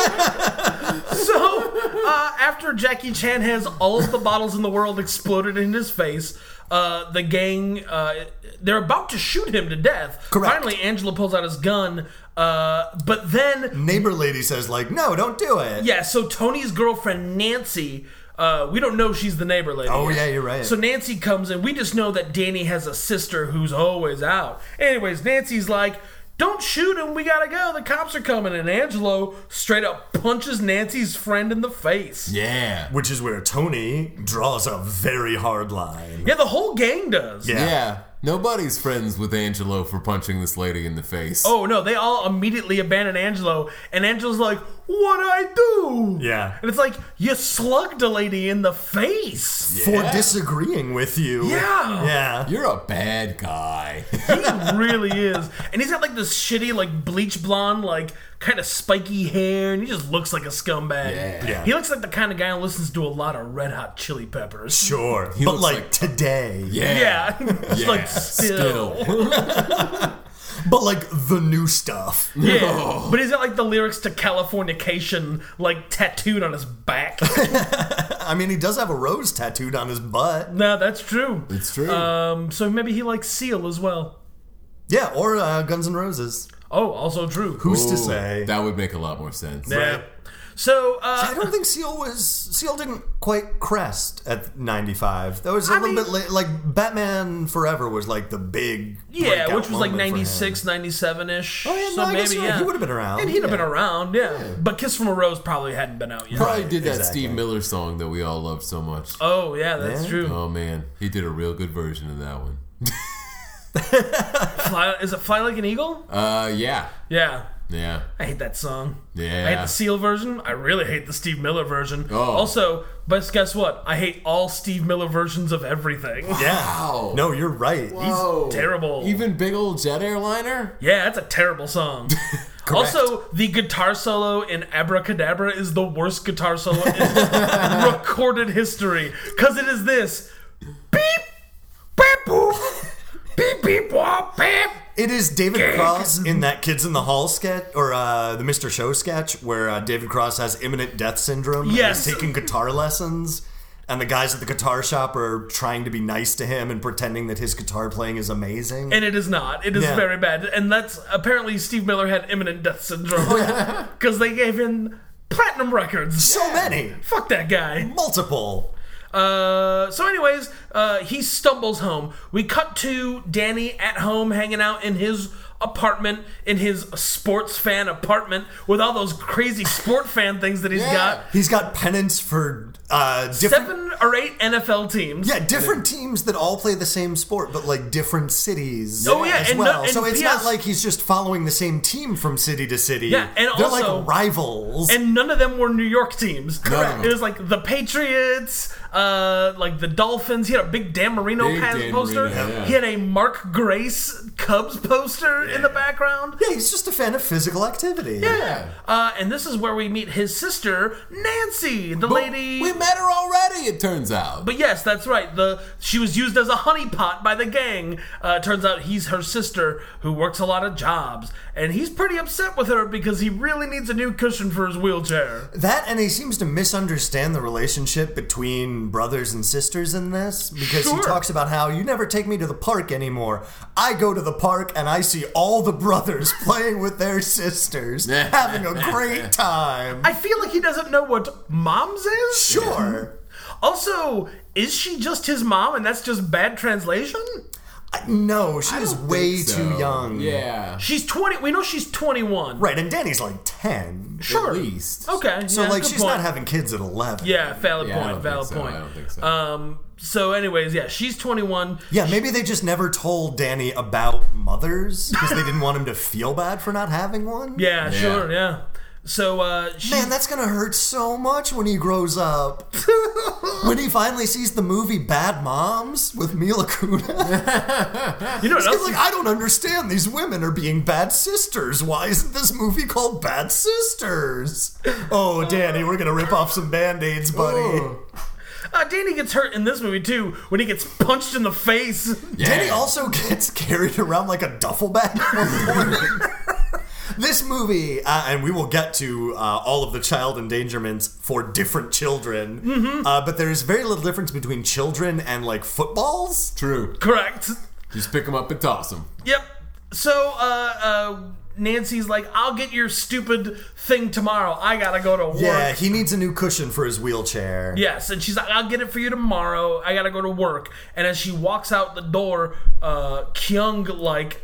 Speaker 1: So, uh, after Jackie Chan has all of the bottles in the world exploded in his face, uh, the gang, uh, they're about to shoot him to death.
Speaker 3: Correct.
Speaker 1: Finally, Angela pulls out his gun, uh, but then,
Speaker 3: Neighbor lady says, like, no, don't do it.
Speaker 1: yeah, so Tony's girlfriend, Nancy, uh, we don't know she's the neighbor lady.
Speaker 3: Oh,
Speaker 1: yet.
Speaker 3: yeah, you're right.
Speaker 1: So Nancy comes in. We just know that Danny has a sister who's always out. Anyways, Nancy's like, don't shoot him. We gotta go. The cops are coming. And Angelo straight up punches Nancy's friend in the face.
Speaker 2: Yeah.
Speaker 3: Which is where Tony draws a very hard line.
Speaker 1: Yeah, the whole gang does.
Speaker 3: Yeah.
Speaker 2: Yeah. Nobody's friends with Angelo for punching this lady in the face.
Speaker 1: Oh no, they all immediately abandon Angelo, and Angelo's like, "What I do?"
Speaker 3: Yeah.
Speaker 1: and it's like you slugged a lady in the face.
Speaker 3: For
Speaker 2: Yeah.
Speaker 3: disagreeing with you.
Speaker 1: Yeah.
Speaker 3: Yeah.
Speaker 2: You're a bad guy.
Speaker 1: He really is, and he's got like this shitty, like bleach blonde, like kind of spiky hair, and he just looks like a scumbag.
Speaker 2: Yeah.
Speaker 3: Yeah.
Speaker 1: He looks like the kind of guy who listens to a lot of Red Hot Chili Peppers.
Speaker 3: Sure. but
Speaker 2: looks
Speaker 3: like,
Speaker 2: like-
Speaker 3: today.
Speaker 1: Yeah, It's
Speaker 2: Yeah.
Speaker 1: like still.
Speaker 2: Still.
Speaker 3: But like the new stuff.
Speaker 1: Yeah, but he's got like the lyrics to Californication like tattooed on his back.
Speaker 3: I mean, he does have a rose tattooed on his butt.
Speaker 1: no, that's true.
Speaker 2: It's true.
Speaker 1: Um, so maybe he likes Seal as well.
Speaker 3: Yeah, or uh, Guns N' Roses.
Speaker 1: Oh, also true.
Speaker 3: Who's to
Speaker 2: Ooh,
Speaker 3: say?
Speaker 2: That would make a lot more sense.
Speaker 1: Yeah. So
Speaker 3: I
Speaker 1: uh,
Speaker 3: don't think Seal was Seal didn't quite crest at ninety five. That was a
Speaker 1: I
Speaker 3: little
Speaker 1: mean-
Speaker 3: bit late. Like Batman Forever was like the big
Speaker 1: yeah,
Speaker 3: breakout
Speaker 1: which was like
Speaker 3: moment for him.
Speaker 1: 96, 97 ish.
Speaker 3: Oh, yeah,
Speaker 1: so
Speaker 3: no, I
Speaker 1: maybe
Speaker 3: guess you're right.
Speaker 1: yeah.
Speaker 3: He would've been around,
Speaker 1: And he'd have been
Speaker 3: yeah.
Speaker 1: around, yeah. But Kiss from a Rose probably hadn't been out yet.
Speaker 2: Probably
Speaker 3: Right,
Speaker 2: did that
Speaker 3: exactly.
Speaker 2: Steve Miller song that we all love so much. Oh.
Speaker 1: Oh yeah, that's
Speaker 3: Yeah.
Speaker 1: true.
Speaker 2: man, he did a real good version of that one.
Speaker 3: Oh.
Speaker 1: Fly, is it Fly Like an Eagle?
Speaker 2: Uh, yeah,
Speaker 1: Yeah.
Speaker 2: yeah,
Speaker 1: I hate that song. I hate
Speaker 2: yeah.
Speaker 1: the Seal version. I really hate the Steve Miller version.
Speaker 2: Oh.
Speaker 1: Also, but guess what? I hate all Steve Miller versions of everything.
Speaker 3: Yeah.
Speaker 2: Wow.
Speaker 3: No, you're right.
Speaker 2: Whoa.
Speaker 1: Terrible.
Speaker 2: Even big old jet airliner.
Speaker 1: Yeah, that's a terrible song. also, the guitar solo in Abracadabra is the worst guitar solo in recorded history because it is this beep, beep, boop, beep, beep, wop, beep.
Speaker 3: It is David Cross in that Kids in the Hall sketch or uh, the Mr. Show sketch where uh, David Cross has imminent death syndrome. and
Speaker 1: Yes.
Speaker 3: he's taking guitar lessons, and the guys at the guitar shop are trying to be nice to him and pretending that his guitar playing is amazing.
Speaker 1: And it is not. It is
Speaker 3: Yeah.
Speaker 1: very bad. And that's apparently Steve Miller had imminent death syndrome because they gave him platinum records.
Speaker 3: so many,
Speaker 1: Fuck that guy.
Speaker 3: multiple.
Speaker 1: Uh, so, anyways, uh, he stumbles home. We cut to Danny at home, hanging out in his apartment, in his sports fan apartment, with all those crazy sport fan things that he's
Speaker 2: Yeah.
Speaker 1: got.
Speaker 3: He's got pennants for uh, different.
Speaker 1: Seven or eight NFL teams.
Speaker 3: Yeah, different teams that all play the same sport, but like different cities.
Speaker 1: Oh, yeah,
Speaker 3: as
Speaker 1: and
Speaker 3: well.
Speaker 1: no- and
Speaker 3: so it's
Speaker 1: PS
Speaker 3: not like he's just following the same team from city to city.
Speaker 1: Yeah, and
Speaker 3: they're
Speaker 1: also-
Speaker 3: like rivals.
Speaker 1: and none of them were New York teams.
Speaker 2: Correct.
Speaker 1: It was like the Patriots, uh, like the Dolphins. He had a big Dan Marino
Speaker 2: Big
Speaker 1: pa-
Speaker 2: Dan
Speaker 1: poster.
Speaker 2: Marino, yeah.
Speaker 1: He had a Mark Grace Cubs poster in the background.
Speaker 3: yeah, he's just a fan of physical activity.
Speaker 2: Yeah.
Speaker 1: Uh, and this is where we meet his sister, Nancy, the lady.
Speaker 2: We met her already, it turns out.
Speaker 1: but yes, that's right. The she was used as a honeypot by the gang. Uh, turns out he's her sister who works a lot of jobs, and he's pretty upset with her because he really needs a new cushion for his wheelchair.
Speaker 3: That and he seems to misunderstand the relationship between brothers and sisters in this because
Speaker 1: Sure.
Speaker 3: he talks about how you never take me to the park anymore. I go to the park and I see all the brothers playing with their sisters, having a great time.
Speaker 1: I feel like he doesn't know what mom's is.
Speaker 3: Sure.
Speaker 1: Also, is she just his mom and that's just bad translation?
Speaker 3: I- No, she
Speaker 2: I
Speaker 3: is
Speaker 2: don't
Speaker 3: way
Speaker 2: think
Speaker 3: too
Speaker 2: so.
Speaker 3: young.
Speaker 2: Yeah.
Speaker 1: She's 20. We know she's 21.
Speaker 3: Right, and Danny's like 10.
Speaker 1: Sure.
Speaker 2: At least.
Speaker 1: Okay.
Speaker 3: So,
Speaker 1: yeah,
Speaker 3: like,
Speaker 1: good
Speaker 3: she's
Speaker 1: point.
Speaker 3: not having kids at 11.
Speaker 1: Yeah, valid
Speaker 2: Yeah, I
Speaker 1: point.
Speaker 2: don't
Speaker 1: Valid
Speaker 2: think so.
Speaker 1: point.
Speaker 2: I don't think so.
Speaker 1: Um, so, anyways, yeah, she's 21.
Speaker 3: Yeah, maybe they just never told Danny about mothers because they didn't want him to feel bad for not having one.
Speaker 1: Yeah,
Speaker 2: Yeah.
Speaker 1: sure, yeah. So, uh, she,
Speaker 3: Man, that's gonna hurt so much when he grows up. when he finally sees the movie Bad Moms with Mila Kunis,
Speaker 1: you know what
Speaker 3: he's
Speaker 1: else?
Speaker 3: like, I don't understand. These women are being bad sisters. Why isn't this movie called Bad Sisters? Oh, Danny, we're gonna rip off some band aids, buddy.
Speaker 1: Uh, Danny gets hurt in this movie too when he gets punched in the face.
Speaker 2: Yeah.
Speaker 3: Danny also gets carried around like a duffel bag. this movie, uh, and we will get to uh, all of the child endangerments for different children,
Speaker 1: Mm-hmm.
Speaker 3: uh, but there's very little difference between children and like footballs.
Speaker 2: True.
Speaker 1: Correct.
Speaker 2: Just pick them up and toss them.
Speaker 1: Yep. So, uh, uh, Nancy's like, I'll get your stupid thing tomorrow. I gotta go to work.
Speaker 3: Yeah, he needs a new cushion for his wheelchair.
Speaker 1: Yes, and she's like, "I'll get it for you tomorrow. I gotta go to work." And as she walks out the door, uh, Kyung like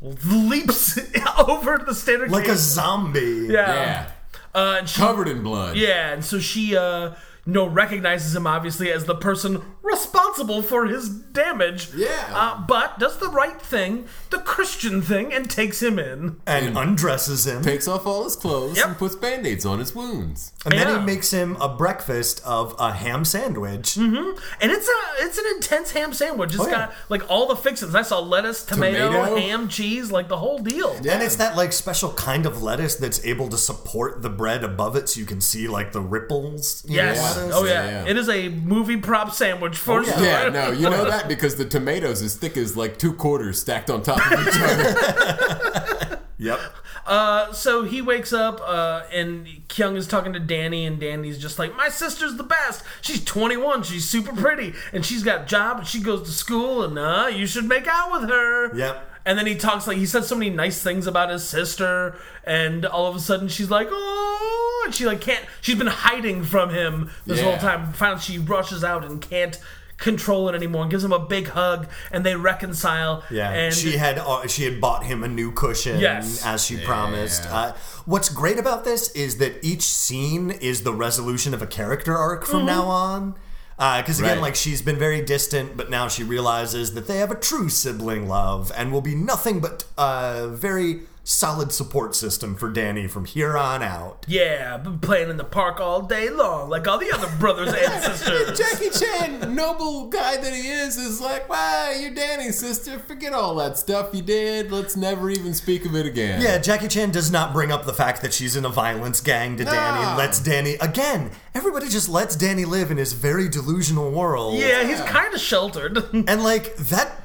Speaker 1: leaps over the standard
Speaker 3: Like a
Speaker 1: case.
Speaker 3: zombie.
Speaker 1: yeah,
Speaker 2: Yeah.
Speaker 1: Uh, and she,
Speaker 2: Covered in blood.
Speaker 1: Oh. yeah, and so she uh, you know recognizes him obviously as the person responsible for his damage.
Speaker 2: Yeah.
Speaker 1: uh, but does the right thing, the Christian thing, and takes him in.
Speaker 3: And undresses him.
Speaker 2: Takes off all his clothes
Speaker 1: Yep.
Speaker 2: and puts band aids on his wounds.
Speaker 3: And then
Speaker 1: Yeah.
Speaker 3: he makes him a breakfast of a ham sandwich.
Speaker 1: Mm-hmm. And it's a it's an intense ham sandwich. It's
Speaker 3: yeah.
Speaker 1: got like all the fixings. I saw lettuce, tomato,
Speaker 2: Oh, Tomato.
Speaker 1: ham, cheese, like the whole deal.
Speaker 3: And it's that like special kind of lettuce that's able to support the bread above it so you can see like the ripples. you
Speaker 1: Yes.
Speaker 3: know, lettuce.
Speaker 1: Oh yeah.
Speaker 2: Yeah, yeah.
Speaker 1: It is a movie prop sandwich for sure.
Speaker 2: Yeah, no, you know that because the tomatoes as thick as like two quarters stacked on top of each other.
Speaker 3: Yep.
Speaker 1: Uh, so he wakes up uh, and Kyung is talking to Danny, and Danny's just like, "My sister's the best. She's 21. She's super pretty, and she's got a job, and she goes to school, and uh, you should make out with her."
Speaker 3: Yep.
Speaker 1: And then he talks like he said so many nice things about his sister, and all of a sudden she's like, "Oh," and she like can't. She's been hiding from him this whole
Speaker 2: Yeah.
Speaker 1: time. Finally, she rushes out and can't control it anymore, and gives him a big hug, and they reconcile.
Speaker 3: Yeah.
Speaker 1: and
Speaker 3: she had uh, she had bought him a new cushion
Speaker 1: Yes.
Speaker 3: as she promised. Uh, what's great about this is that each scene is the resolution of a character arc
Speaker 1: Mm-hmm.
Speaker 3: from now on. Because again,
Speaker 2: Right.
Speaker 3: like she's been very distant, but now she realizes that they have a true sibling love and will be nothing but a very solid support system for Danny from here on out.
Speaker 1: Yeah, been playing in the park all day long, like all the other brothers and sisters.
Speaker 2: Jackie Chan, noble guy that he is, is like, wow, you're Danny's sister. Forget all that stuff you did. Let's never even speak of it again.
Speaker 3: Yeah, Jackie Chan does not bring up the fact that she's in a violence gang to Danny and lets Danny again. Everybody just lets Danny live in his very delusional world.
Speaker 1: Yeah, he's kind of sheltered.
Speaker 3: and like that,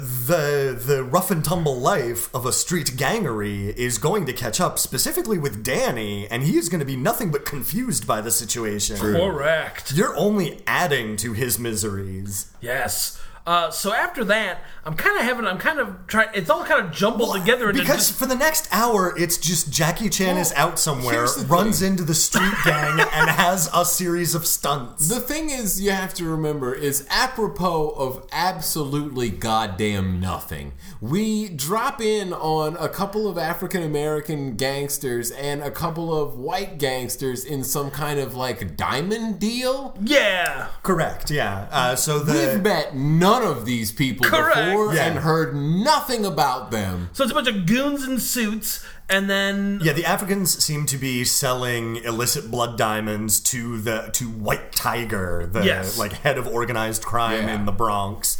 Speaker 3: the the rough and tumble life of a street gangery is going to catch up specifically with Danny, and he is going to be nothing but confused by the situation.
Speaker 1: Correct.
Speaker 3: You're only adding to his miseries.
Speaker 1: Yes. Uh, so after that, I'm kind of having, I'm kind of trying. It's all kind of jumbled together. into
Speaker 3: Because
Speaker 1: just-
Speaker 3: for the next hour, it's just Jackie Chan is out somewhere,
Speaker 2: here's the
Speaker 3: runs
Speaker 2: thing.
Speaker 3: into the street gang, and has a series of stunts.
Speaker 2: The thing is, you have to remember, is apropos of absolutely goddamn nothing. We drop in on a couple of African American gangsters and a couple of white gangsters in some kind of like diamond deal.
Speaker 1: yeah,
Speaker 3: Correct. Yeah. Uh, so the
Speaker 2: We've met none of these people
Speaker 1: Correct.
Speaker 2: before
Speaker 3: Yeah.
Speaker 2: and heard nothing about them.
Speaker 1: so it's a bunch of goons in suits, and then
Speaker 3: yeah the Africans seem to be selling illicit blood diamonds to the to White Tiger, the
Speaker 1: Yes.
Speaker 3: like head of organized crime
Speaker 2: Yeah.
Speaker 3: in the Bronx,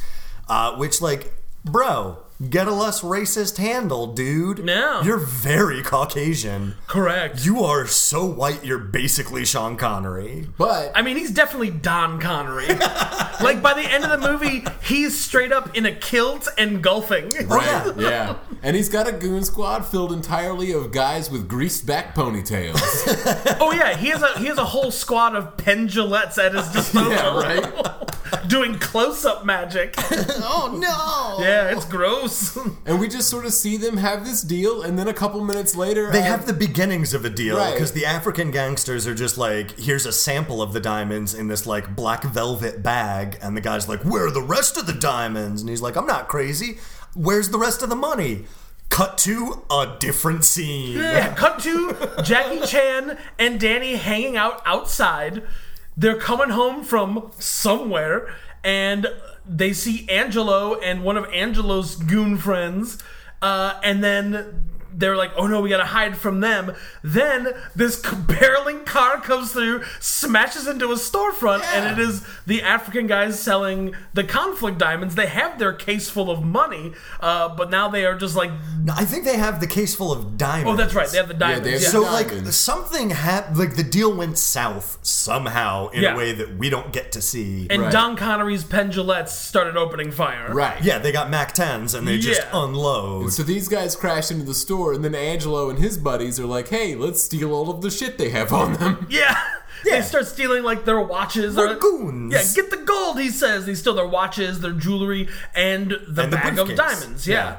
Speaker 3: uh, which like bro. Get a less racist handle, dude.
Speaker 1: Yeah.
Speaker 3: You're very Caucasian.
Speaker 1: correct.
Speaker 3: You are so white, you're basically Sean Connery.
Speaker 2: But
Speaker 1: I mean, he's definitely Don Connery. like by the end of the movie, he's straight up in a kilt and golfing.
Speaker 2: Right, yeah. And he's got a goon squad filled entirely of guys with greased back ponytails.
Speaker 1: Oh yeah, he has a he has a whole squad of pendulettes at his disposal.
Speaker 2: Yeah, right?
Speaker 1: Doing close up magic.
Speaker 2: oh no!
Speaker 1: Yeah, it's gross.
Speaker 2: And we just sort of see them have this deal, and then a couple minutes later,
Speaker 3: They
Speaker 2: uh,
Speaker 3: have the beginnings of a deal
Speaker 2: Right.
Speaker 3: because the African gangsters are just like, here's a sample of the diamonds in this like black velvet bag. And the guy's like, where are the rest of the diamonds? And he's like, I'm not crazy. Where's the rest of the money? Cut to a different scene.
Speaker 1: Yeah, cut to Jackie Chan and Danny hanging out outside. They're coming home from somewhere, and they see Angelo and one of Angelo's goon friends, uh, and then. They're like, oh no, we gotta hide from them. Then this c- barreling car comes through, smashes into a storefront, and it
Speaker 2: Yeah.
Speaker 1: is the African guys selling the conflict diamonds. They have their case full of money, uh, but now they are just like,
Speaker 3: No, I think they have the case full of diamonds.
Speaker 1: oh, that's right, they have the
Speaker 2: they
Speaker 1: diamonds.
Speaker 2: have
Speaker 1: yeah.
Speaker 3: So like
Speaker 2: Diamonds.
Speaker 3: something happened. Like the deal went south somehow in
Speaker 1: Yeah.
Speaker 3: a way that we don't get to see.
Speaker 1: And
Speaker 2: Right.
Speaker 1: Don Connery's pendulettes started opening fire.
Speaker 2: right.
Speaker 3: yeah, they got Mac 10s and they just
Speaker 1: Yeah.
Speaker 3: unload.
Speaker 2: So these guys crash into the store, and then Angelo and his buddies are like, "Hey, let's steal all of the shit they have on them."
Speaker 1: Yeah.
Speaker 3: Yeah.
Speaker 1: They start stealing like their watches.
Speaker 3: They're
Speaker 1: or-
Speaker 3: goons.
Speaker 1: Yeah, get the gold, he says. They steal their watches, their jewelry, and the
Speaker 3: And the
Speaker 1: bag of
Speaker 3: briefcase.
Speaker 1: diamonds. Yeah.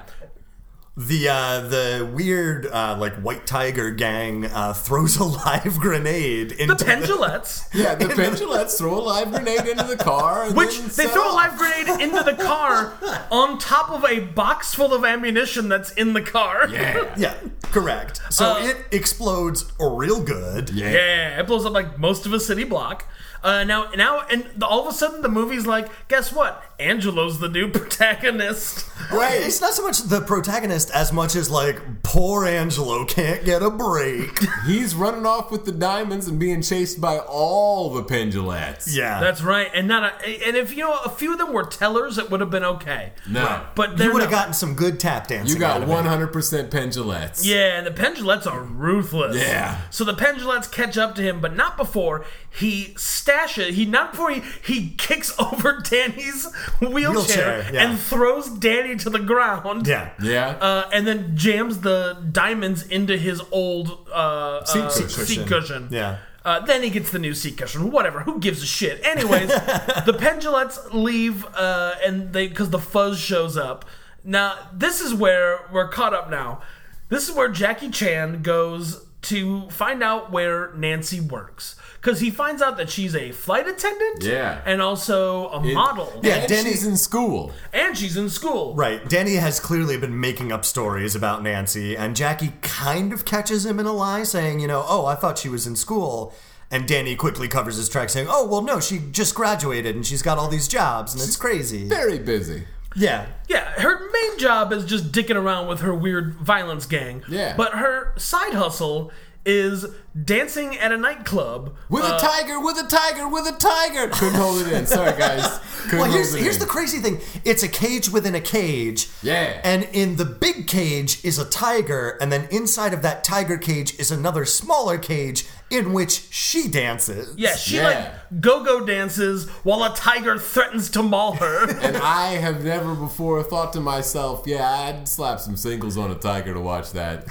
Speaker 3: The uh, the weird uh, like white tiger gang uh, throws a live grenade into
Speaker 1: The pendulettes,
Speaker 2: Yeah, the Benjalettes throw a live grenade into the car, and
Speaker 1: which
Speaker 2: then
Speaker 1: they
Speaker 2: set
Speaker 1: throw a
Speaker 2: off.
Speaker 1: live grenade into the car on top of a box full of ammunition that's in the car.
Speaker 2: Yeah.
Speaker 3: yeah, correct. So
Speaker 1: Uh,
Speaker 3: it explodes real good.
Speaker 2: yeah,
Speaker 1: Yeah, it blows up like most of a city block. Uh, now, now, and the, all of a sudden, the movie's like, guess what? Angelo's the new protagonist.
Speaker 2: Right.
Speaker 3: It's not so much the protagonist as much as like poor Angelo can't get a break.
Speaker 2: He's running off with the diamonds and being chased by all the Pendulets.
Speaker 3: yeah,
Speaker 1: That's right, and not a, and if you know a few of them were tellers, it would have been okay.
Speaker 2: No.
Speaker 1: But
Speaker 3: you
Speaker 1: they're
Speaker 3: would have
Speaker 1: not-
Speaker 3: gotten some good tap dancing.
Speaker 2: You
Speaker 3: out
Speaker 2: got
Speaker 3: of it.
Speaker 2: 100% Pendulets.
Speaker 1: yeah, and the Pendulets are ruthless.
Speaker 2: Yeah.
Speaker 1: So the Pendulets catch up to him, but not before he stashes. He not before he he kicks over Danny's wheelchair,
Speaker 3: Wheelchair, yeah.
Speaker 1: and throws Danny to the ground.
Speaker 3: Yeah,
Speaker 2: Yeah.
Speaker 1: Uh, and then jams the diamonds into his old uh,
Speaker 2: Seat
Speaker 1: uh,
Speaker 2: cushion.
Speaker 1: seat cushion.
Speaker 3: Yeah.
Speaker 1: Uh, then he gets the new seat cushion. Whatever. Who gives a shit? Anyways, the Pendulets leave, uh, and they because the fuzz shows up. Now this is where we're caught up. Now this is where Jackie Chan goes to find out where Nancy works because he finds out that she's a flight attendant.
Speaker 2: Yeah.
Speaker 1: And also a model.
Speaker 3: yeah.
Speaker 2: and
Speaker 3: Denny-
Speaker 2: she's in school.
Speaker 1: And she's in school.
Speaker 3: Right. Danny has clearly been making up stories about Nancy, and Jackie kind of catches him in a lie, saying, you know, oh, I thought she was in school. And Danny quickly covers his tracks, saying, oh, well, no, she just graduated and she's got all these jobs, and it's crazy.
Speaker 2: Very busy.
Speaker 3: Yeah.
Speaker 1: Yeah, her main job is just dicking around with her weird violence gang.
Speaker 2: Yeah.
Speaker 1: But her side hustle is dancing at a nightclub.
Speaker 2: With a tiger, with a tiger, with a tiger. Uh, Couldn't hold it in. Sorry, guys. Couldn't
Speaker 3: Well,
Speaker 2: hold
Speaker 3: here's,
Speaker 2: it
Speaker 3: here's
Speaker 2: in.
Speaker 3: the crazy thing it's a cage within a cage.
Speaker 2: Yeah.
Speaker 3: And in the big cage is a tiger, and then inside of that tiger cage is another smaller cage in which she dances.
Speaker 1: Yeah, she
Speaker 2: Yeah.
Speaker 1: like go go dances while a tiger threatens to maul her.
Speaker 2: And I have never before thought to myself, yeah, I'd slap some singles on a tiger to watch that.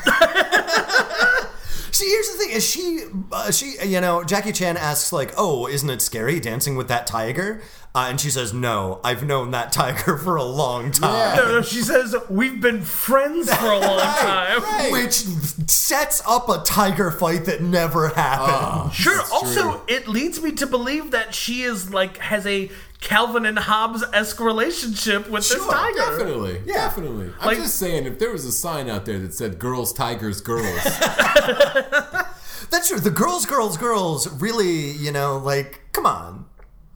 Speaker 3: See, here's the thing: is she, uh, she, you know, Jackie Chan asks like, "Oh, isn't it scary dancing with that tiger?" Uh, and she says, No, I've known that tiger for a long time.
Speaker 1: No, no, she says we've been friends for a long time.
Speaker 2: right.
Speaker 3: Which sets up a tiger fight that never happened.
Speaker 1: Sure. Also, it leads me to believe that she is like has a Calvin and Hobbes esque relationship with this
Speaker 3: Sure,
Speaker 1: tiger.
Speaker 2: Definitely, definitely. I'm
Speaker 1: Like-
Speaker 2: just saying, if there was a sign out there that said "Girls, Tigers, Girls,"
Speaker 3: That's true. The girls, girls, girls really, you know, like, come on.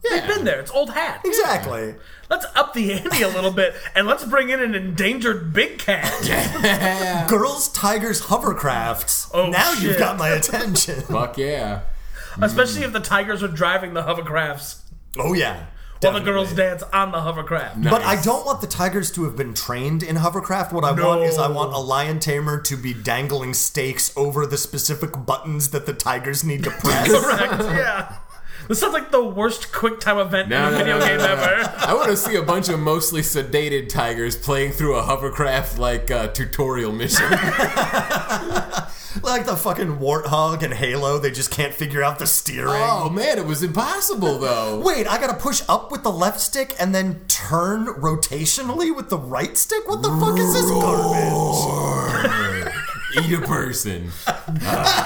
Speaker 1: They've been there. It's old hat.
Speaker 3: Exactly.
Speaker 1: Let's up the ante a little bit and let's bring in an endangered big cat.
Speaker 3: Girls, tigers, hovercrafts.
Speaker 1: Oh,
Speaker 3: now you've
Speaker 1: shit.
Speaker 3: got my attention.
Speaker 2: fuck yeah.
Speaker 1: Especially if the tigers are driving the hovercrafts
Speaker 3: oh, yeah.
Speaker 1: while the girls dance on the hovercraft.
Speaker 3: But I
Speaker 2: Nice.
Speaker 3: don't want the tigers to have been trained in hovercraft. What I want is I want a lion tamer to be dangling stakes over the specific buttons that the tigers need to press.
Speaker 1: Correct. yeah. This sounds like the worst quick time event
Speaker 2: No,
Speaker 1: in a
Speaker 2: no,
Speaker 1: video
Speaker 2: no, no,
Speaker 1: game
Speaker 2: no, no.
Speaker 1: ever.
Speaker 2: I want to see a bunch of mostly sedated tigers playing through a hovercraft like uh, tutorial mission.
Speaker 3: like the fucking warthog and Halo, they just can't figure out the steering.
Speaker 2: oh man, it was impossible though.
Speaker 3: Wait, I gotta push up with the left stick and then turn rotationally with the right stick? What the fuck is this garbage?
Speaker 2: Eat a person.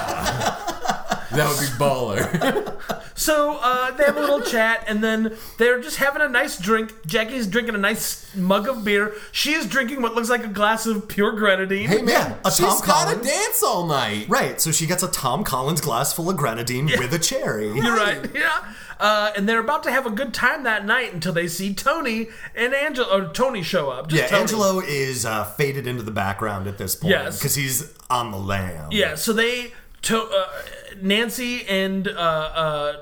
Speaker 2: Ah. that would be baller.
Speaker 1: So uh, they have a little chat, and then they're just having a nice drink. Jackie's drinking a nice mug of beer. She is drinking what looks like a glass of pure grenadine.
Speaker 2: hey
Speaker 3: Yeah,
Speaker 2: man,
Speaker 3: a
Speaker 2: she's
Speaker 3: Tom
Speaker 2: got to
Speaker 3: Collins.
Speaker 2: dance all night.
Speaker 3: Right, so she gets a Tom Collins glass full of grenadine with a cherry.
Speaker 1: You're right. Yeah. Uh, and they're about to have a good time that night until they see Tony and Angelo. Or Tony show up. Just
Speaker 3: Yeah,
Speaker 1: Tony.
Speaker 3: Angelo is uh, faded into the background at this point
Speaker 1: Yes.
Speaker 3: because he's on the lam.
Speaker 1: Yeah. So they, to, uh, Nancy and uh, uh,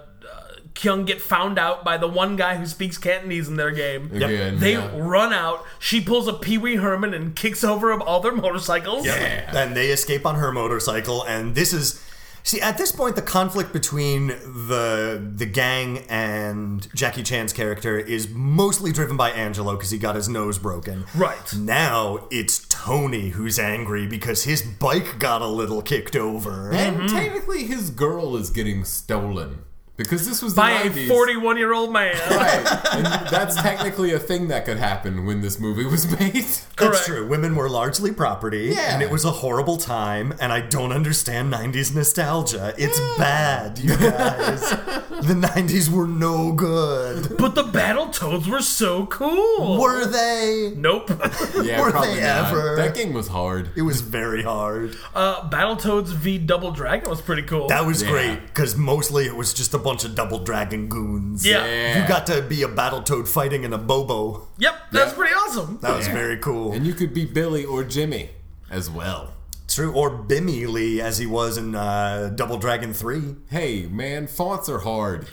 Speaker 1: Kyung get found out by the one guy who speaks Cantonese in their game.
Speaker 2: Again,
Speaker 1: They
Speaker 2: yeah.
Speaker 1: run out. She pulls a Pee Wee Herman and kicks over all their motorcycles.
Speaker 3: And they escape on her motorcycle, and this is. See, at this point, the conflict between the the gang and Jackie Chan's character is mostly driven by Angelo because he got his nose broken.
Speaker 1: Right.
Speaker 3: Now it's Tony who's angry because his bike got a little kicked over.
Speaker 2: And technically, his girl is getting stolen because this was the
Speaker 1: By a
Speaker 2: 90s.
Speaker 1: 41 year old man.
Speaker 2: Right. And that's technically a thing that could happen when this movie was made.
Speaker 1: Correct.
Speaker 3: That's true. Women were largely property,
Speaker 2: Yeah.
Speaker 3: and it was a horrible time. And I don't understand '90s nostalgia. It's bad, you guys. the '90s were no good.
Speaker 1: but the Battle Toads were so cool.
Speaker 3: Were they?
Speaker 1: nope.
Speaker 2: Yeah,
Speaker 3: Were they
Speaker 2: probably not.
Speaker 3: ever?
Speaker 2: That game was hard.
Speaker 3: It was very hard.
Speaker 1: uh, Battle Toads v Double Dragon was pretty cool.
Speaker 3: That was
Speaker 2: Yeah.
Speaker 3: great because mostly it was just a bunch of double dragon goons.
Speaker 1: Yeah.
Speaker 2: Yeah.
Speaker 3: You got to be a battle toad fighting in a bobo.
Speaker 1: yep. That's
Speaker 2: Yeah.
Speaker 1: pretty awesome.
Speaker 3: That was
Speaker 2: Yeah.
Speaker 3: very cool.
Speaker 2: And you could be Billy or Jimmy as well.
Speaker 3: True. Or Bimmy Lee as he was in uh, Double Dragon 3.
Speaker 2: Hey, man, fonts are hard.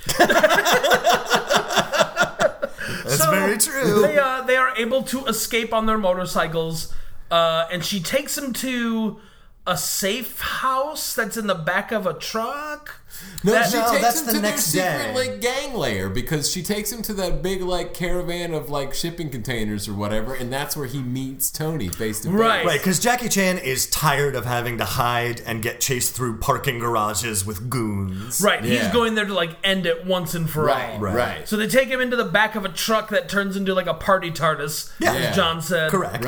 Speaker 3: That's
Speaker 1: So,
Speaker 3: very true.
Speaker 1: They, uh, they are able to escape on their motorcycles, uh, and she takes them to a safe house that's in the back of a truck.
Speaker 2: No,
Speaker 1: That-
Speaker 2: she
Speaker 3: no,
Speaker 2: takes
Speaker 3: that's
Speaker 2: him
Speaker 3: the
Speaker 2: to
Speaker 3: next
Speaker 2: their
Speaker 3: day.
Speaker 2: secret like gang lair because she takes him to that big like caravan of like shipping containers or whatever, and that's where he meets Tony face to face.
Speaker 1: Right.
Speaker 3: Right, because Jackie Chan is tired of having to hide and get chased through parking garages with goons.
Speaker 1: Right, he's
Speaker 2: Yeah.
Speaker 1: going there to like end it once and for all.
Speaker 2: Right, right.
Speaker 3: Right.
Speaker 2: Right.
Speaker 1: So they take him into the back of a truck that turns into like a party TARDIS,
Speaker 3: Yeah.
Speaker 1: as John said.
Speaker 3: Correct.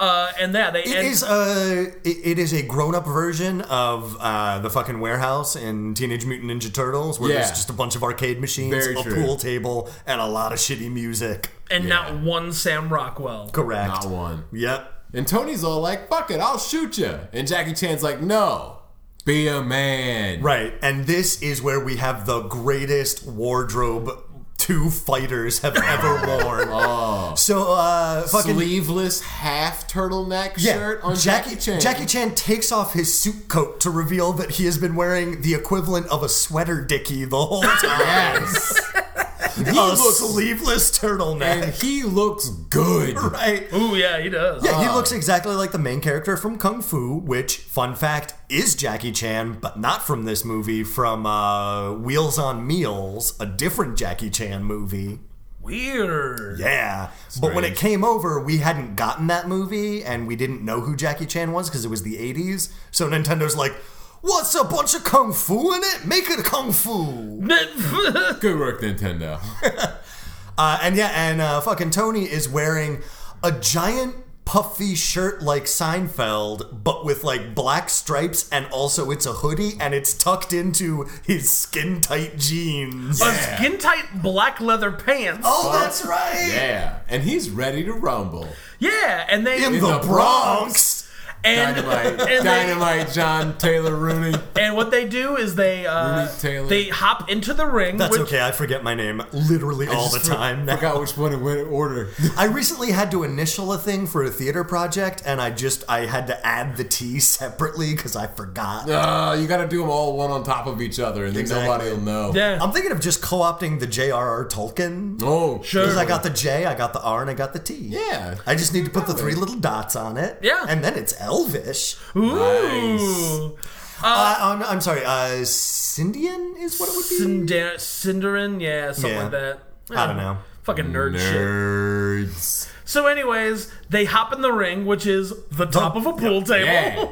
Speaker 1: Uh, and yeah, they
Speaker 3: It
Speaker 1: end-
Speaker 3: is a it- it is a grown up version of uh, the fucking warehouse in Teenage Mutant Ninja Turtles, where there's
Speaker 2: Yeah.
Speaker 3: just a bunch of arcade machines,
Speaker 2: Very
Speaker 3: a
Speaker 2: true.
Speaker 3: pool table, and a lot of shitty music.
Speaker 1: and
Speaker 2: yeah.
Speaker 1: not one Sam Rockwell.
Speaker 3: Correct.
Speaker 2: Not one.
Speaker 3: Yep.
Speaker 2: And Tony's all like, "Fuck it, I'll shoot you." And Jackie Chan's like, "No, be a man."
Speaker 3: Right, and this is where we have the greatest wardrobe two fighters have ever worn.
Speaker 2: Oh.
Speaker 3: So, uh, fucking
Speaker 2: Sleeveless half turtleneck shirt on Jackie, Chan.
Speaker 3: Jackie Chan takes off his suit coat to reveal that he has been wearing the equivalent of a sweater dickie the whole time.
Speaker 2: Yes.
Speaker 3: a sleeveless
Speaker 2: and
Speaker 3: turtleneck.
Speaker 2: he looks good.
Speaker 3: Right.
Speaker 1: Ooh, yeah, he does.
Speaker 3: Yeah, he looks exactly like the main character from Kung Fu, which, fun fact, is Jackie Chan, but not from this movie, from uh, Wheels on Meals, a different Jackie Chan movie.
Speaker 1: Weird.
Speaker 3: Yeah. But when it came over, we hadn't gotten that movie and we didn't know who Jackie Chan was because it was the 80s. So Nintendo's like, what's a bunch of kung fu in it? Make it kung fu.
Speaker 2: Good work, Nintendo.
Speaker 3: Uh, and yeah, and uh, fucking Tony is wearing a giant puffy shirt like Seinfeld, but with like black stripes, and also it's a hoodie, and it's tucked into his skin tight jeans.
Speaker 1: A skin tight black leather pants.
Speaker 3: oh, that's right.
Speaker 2: Yeah, and he's ready to rumble.
Speaker 1: Yeah, and they
Speaker 3: In,
Speaker 2: In
Speaker 3: the,
Speaker 2: the Bronx.
Speaker 3: Bronx.
Speaker 1: and
Speaker 2: Dynamite,
Speaker 1: and they-
Speaker 2: dynamite, John Taylor Rooney.
Speaker 1: And what they do is they uh,
Speaker 2: Rudy Taylor.
Speaker 1: they hop into the ring.
Speaker 3: That's
Speaker 1: which,
Speaker 3: okay. I forget my name literally all the
Speaker 2: Just
Speaker 3: time
Speaker 2: for-
Speaker 3: now.
Speaker 2: Forgot which one it went in order.
Speaker 3: I recently had to initial a thing for a theater project, and I just I had to add the T separately because I forgot.
Speaker 2: Uh, you got to do them all one on top of each other, and then
Speaker 3: Exactly.
Speaker 2: nobody will know.
Speaker 1: Yeah.
Speaker 3: I'm thinking of just co-opting the J.R.R. Tolkien
Speaker 2: Oh,
Speaker 1: Sure.
Speaker 3: because I got the J, I got the R, and I got the T.
Speaker 2: Yeah.
Speaker 3: I just need to put the three little dots on it.
Speaker 1: Yeah. Uh,
Speaker 3: and then it's Elvish.
Speaker 1: Ooh.
Speaker 3: Uh, on, I'm sorry, uh, Cindian is what it would be.
Speaker 1: Cinder- Cinderin, yeah, something
Speaker 3: Yeah.
Speaker 1: like that.
Speaker 3: I don't know.
Speaker 1: Fucking nerd, shit.
Speaker 2: Nerds.
Speaker 1: So, anyways, they hop in the ring, which is the top of a pool table.
Speaker 2: Yeah.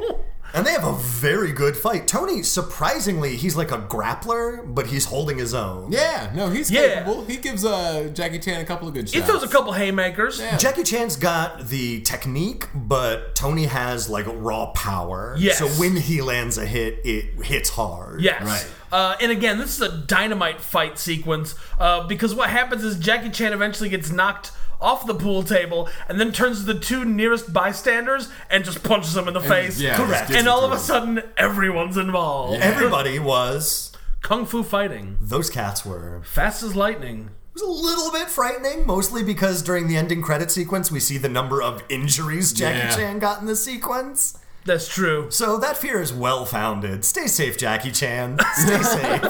Speaker 3: And they have a very good fight. Tony, surprisingly, he's like a grappler, but he's holding his own.
Speaker 2: Yeah, no, he's
Speaker 1: Yeah.
Speaker 2: capable. He gives uh, Jackie Chan a couple of good
Speaker 1: he
Speaker 2: shots.
Speaker 1: throws a couple haymakers.
Speaker 2: Yeah.
Speaker 3: Jackie Chan's got the technique, but Tony has like raw power.
Speaker 1: Yes.
Speaker 3: So when he lands a hit, it hits hard.
Speaker 1: Yes.
Speaker 2: Right.
Speaker 1: Uh, and again, this is a dynamite fight sequence uh, because what happens is Jackie Chan eventually gets knocked off the pool table and then turns to the two nearest bystanders and just punches them in the face.
Speaker 2: yeah, just
Speaker 3: Correct.
Speaker 2: gives
Speaker 1: And
Speaker 2: it
Speaker 1: all
Speaker 2: to
Speaker 1: of a
Speaker 2: him.
Speaker 1: sudden, everyone's involved.
Speaker 3: Everybody was.
Speaker 1: Kung Fu fighting.
Speaker 3: Those cats were.
Speaker 1: Fast as lightning.
Speaker 3: It was a little bit frightening, mostly because during the ending credit sequence, we see the number of injuries Jackie
Speaker 2: Yeah.
Speaker 3: Chan got in the sequence.
Speaker 1: That's true.
Speaker 3: So that fear is well founded. Stay safe, Jackie Chan. Stay safe.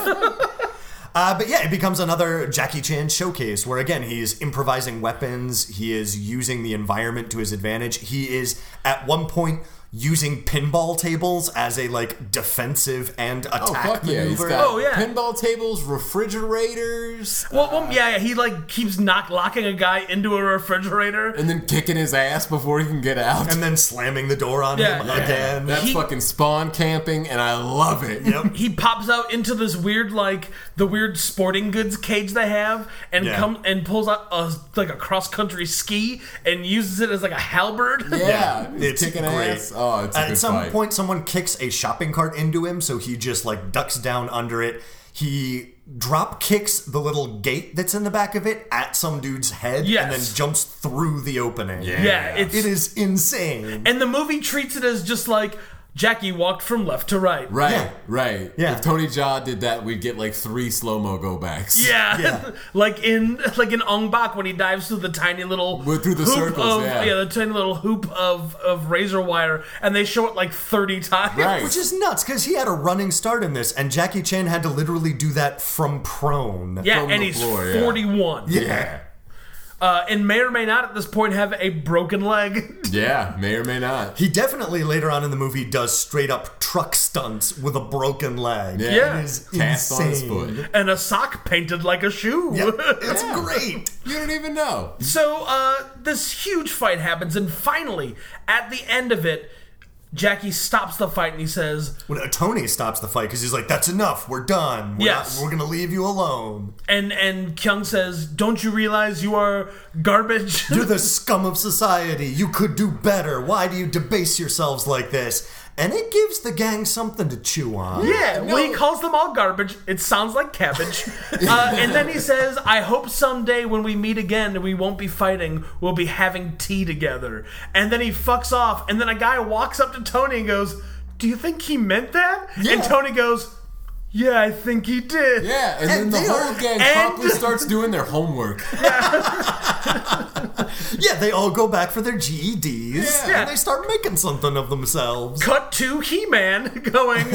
Speaker 3: Uh, but yeah, it becomes another Jackie Chan showcase where, again, he's improvising weapons. He is using the environment to his advantage. He is, at one point, using pinball tables as a like defensive and attack
Speaker 2: Oh fuck yeah! He's
Speaker 3: maneuver.
Speaker 2: got
Speaker 1: Oh, yeah.
Speaker 2: pinball tables, refrigerators,
Speaker 1: Well, well, yeah, yeah, he like keeps knock locking a guy into a refrigerator.
Speaker 2: and then kicking his ass before he can get out.
Speaker 3: and then slamming the door on
Speaker 1: Yeah.
Speaker 3: him
Speaker 1: Yeah.
Speaker 3: again.
Speaker 2: That's
Speaker 1: He-
Speaker 2: fucking spawn camping, and I love it.
Speaker 3: Yep.
Speaker 1: He pops out into this weird like the weird sporting goods cage they have and
Speaker 3: Yeah.
Speaker 1: come and pulls out a like a cross country ski and uses it as like a halberd.
Speaker 2: Yeah, he's
Speaker 3: It's
Speaker 2: kicking
Speaker 3: great.
Speaker 2: ass. Oh, it's a
Speaker 3: At
Speaker 2: good
Speaker 3: some
Speaker 2: fight.
Speaker 3: point, someone kicks a shopping cart into him, so he just like ducks down under it. He drop kicks the little gate that's in the back of it at some dude's head, and
Speaker 1: Yes.
Speaker 3: then jumps through the opening.
Speaker 1: Yeah, it's
Speaker 3: it is insane.
Speaker 1: and the movie treats it as just like Jackie walked from left to right.
Speaker 2: Right,
Speaker 3: Yeah.
Speaker 2: right.
Speaker 3: Yeah.
Speaker 2: If Tony Jaa did that, we'd get like three slow mo go backs.
Speaker 1: Yeah,
Speaker 3: Yeah.
Speaker 1: like in like in Ong Bak when he dives through the tiny little
Speaker 2: Well, through the
Speaker 1: hoop of,
Speaker 2: circles, yeah.
Speaker 1: the tiny little hoop of of razor wire, and they show it like thirty times.
Speaker 2: Right.
Speaker 3: Which is nuts because he had a running start in this, and Jackie Chan had to literally do that from prone.
Speaker 1: Yeah,
Speaker 2: From
Speaker 1: and
Speaker 2: the
Speaker 1: he's
Speaker 2: floor, yeah.
Speaker 1: forty-one.
Speaker 2: Yeah.
Speaker 1: uh, and may or may not at this point have a broken leg.
Speaker 2: Yeah, may or may not.
Speaker 3: He definitely later on in the movie does straight up truck stunts with a broken leg.
Speaker 1: Yeah.
Speaker 3: It is
Speaker 2: Cast on his
Speaker 3: insane.
Speaker 2: foot.
Speaker 1: And a sock painted like a shoe.
Speaker 3: Yeah, it's great.
Speaker 2: You don't even know.
Speaker 1: so uh, this huge fight happens, and finally, at the end of it, Jackie stops the fight and he says,
Speaker 3: When uh, Tony stops the fight because he's like, "That's enough. We're done. We're,
Speaker 1: Yes.
Speaker 3: not- we're gonna leave you alone.
Speaker 1: and and Kyung says, "Don't you realize you are garbage?"
Speaker 3: You're the scum of society. You could do better. Why do you debase yourselves like this?" And it gives the gang something to chew on.
Speaker 1: Yeah, well, he
Speaker 2: no.
Speaker 1: calls them all garbage. It sounds like cabbage. uh, and then he says, I hope someday when we meet again and we won't be fighting, we'll be having tea together. And then he fucks off, and then a guy walks up to Tony and goes, Do you think he meant that? And Tony goes, Yeah, I think he did.
Speaker 2: Yeah, and,
Speaker 3: And
Speaker 2: then
Speaker 3: they
Speaker 2: the whole
Speaker 3: are-
Speaker 2: gang
Speaker 1: and-
Speaker 2: promptly starts doing their homework.
Speaker 3: Yeah, they all go back for their GEDs
Speaker 2: Yeah.
Speaker 3: and they start making something of themselves.
Speaker 1: Cut to He Man going,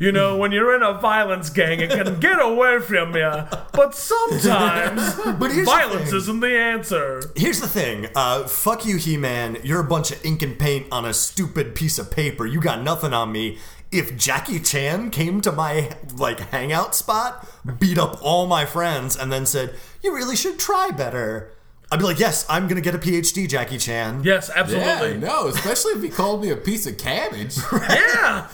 Speaker 1: You know, when you're in a violence gang, it can get away from you. But sometimes
Speaker 3: But here's the
Speaker 1: violence
Speaker 3: thing.
Speaker 1: isn't the answer.
Speaker 3: Here's the thing. Uh, fuck you, He Man. You're a bunch of ink and paint on a stupid piece of paper. You got nothing on me. If Jackie Chan came to my like hangout spot, beat up all my friends, and then said, "You really should try better," I'd be like, "Yes, I'm gonna get a PhD, Jackie Chan."
Speaker 1: Yes,
Speaker 2: Yeah,
Speaker 1: absolutely.
Speaker 2: no, especially if he called me a piece of cabbage.
Speaker 1: yeah.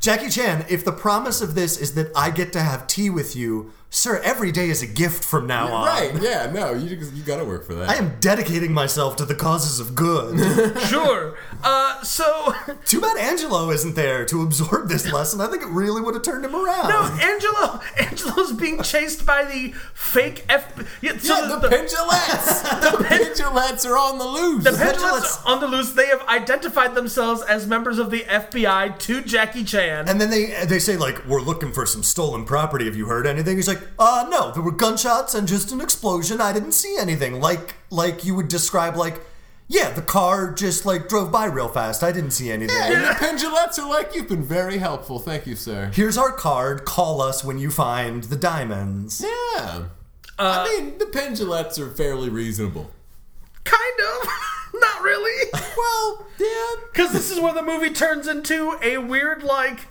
Speaker 3: Jackie Chan, if the promise of this is that I get to have tea with you, Sir, every day is a gift from now on.
Speaker 2: Right? Yeah. No, you you gotta work for that.
Speaker 3: I am dedicating myself to the causes of good.
Speaker 1: Sure. Uh, so
Speaker 3: Too bad Angelo isn't there to absorb this lesson. I think it really would have turned him around.
Speaker 1: no,
Speaker 2: Um.
Speaker 1: Angelo, Angelo's being chased by the fake F. Yeah, so
Speaker 2: yeah, the, Pendulettes! the Pendulettes are on the loose!
Speaker 1: The Pendulets
Speaker 3: Pendulets-
Speaker 1: on the loose. They have identified themselves as members of the FBI to Jackie Chan.
Speaker 3: And then they they say like we're looking for some stolen property. Have you heard anything? He's like, uh, no. There were gunshots and just an explosion. I didn't see anything. Like like you would describe like, yeah, the car just like drove by real fast. I didn't see anything.
Speaker 2: and the Pendulettes are like, you've been very helpful. Thank you, sir.
Speaker 3: Here's our card. Call us when you find the diamonds.
Speaker 2: Yeah.
Speaker 1: Uh,
Speaker 2: I mean, the Pendulettes are fairly reasonable.
Speaker 1: Kind of. Not really.
Speaker 2: Well, yeah.
Speaker 1: Because this is where the movie turns into a weird, like,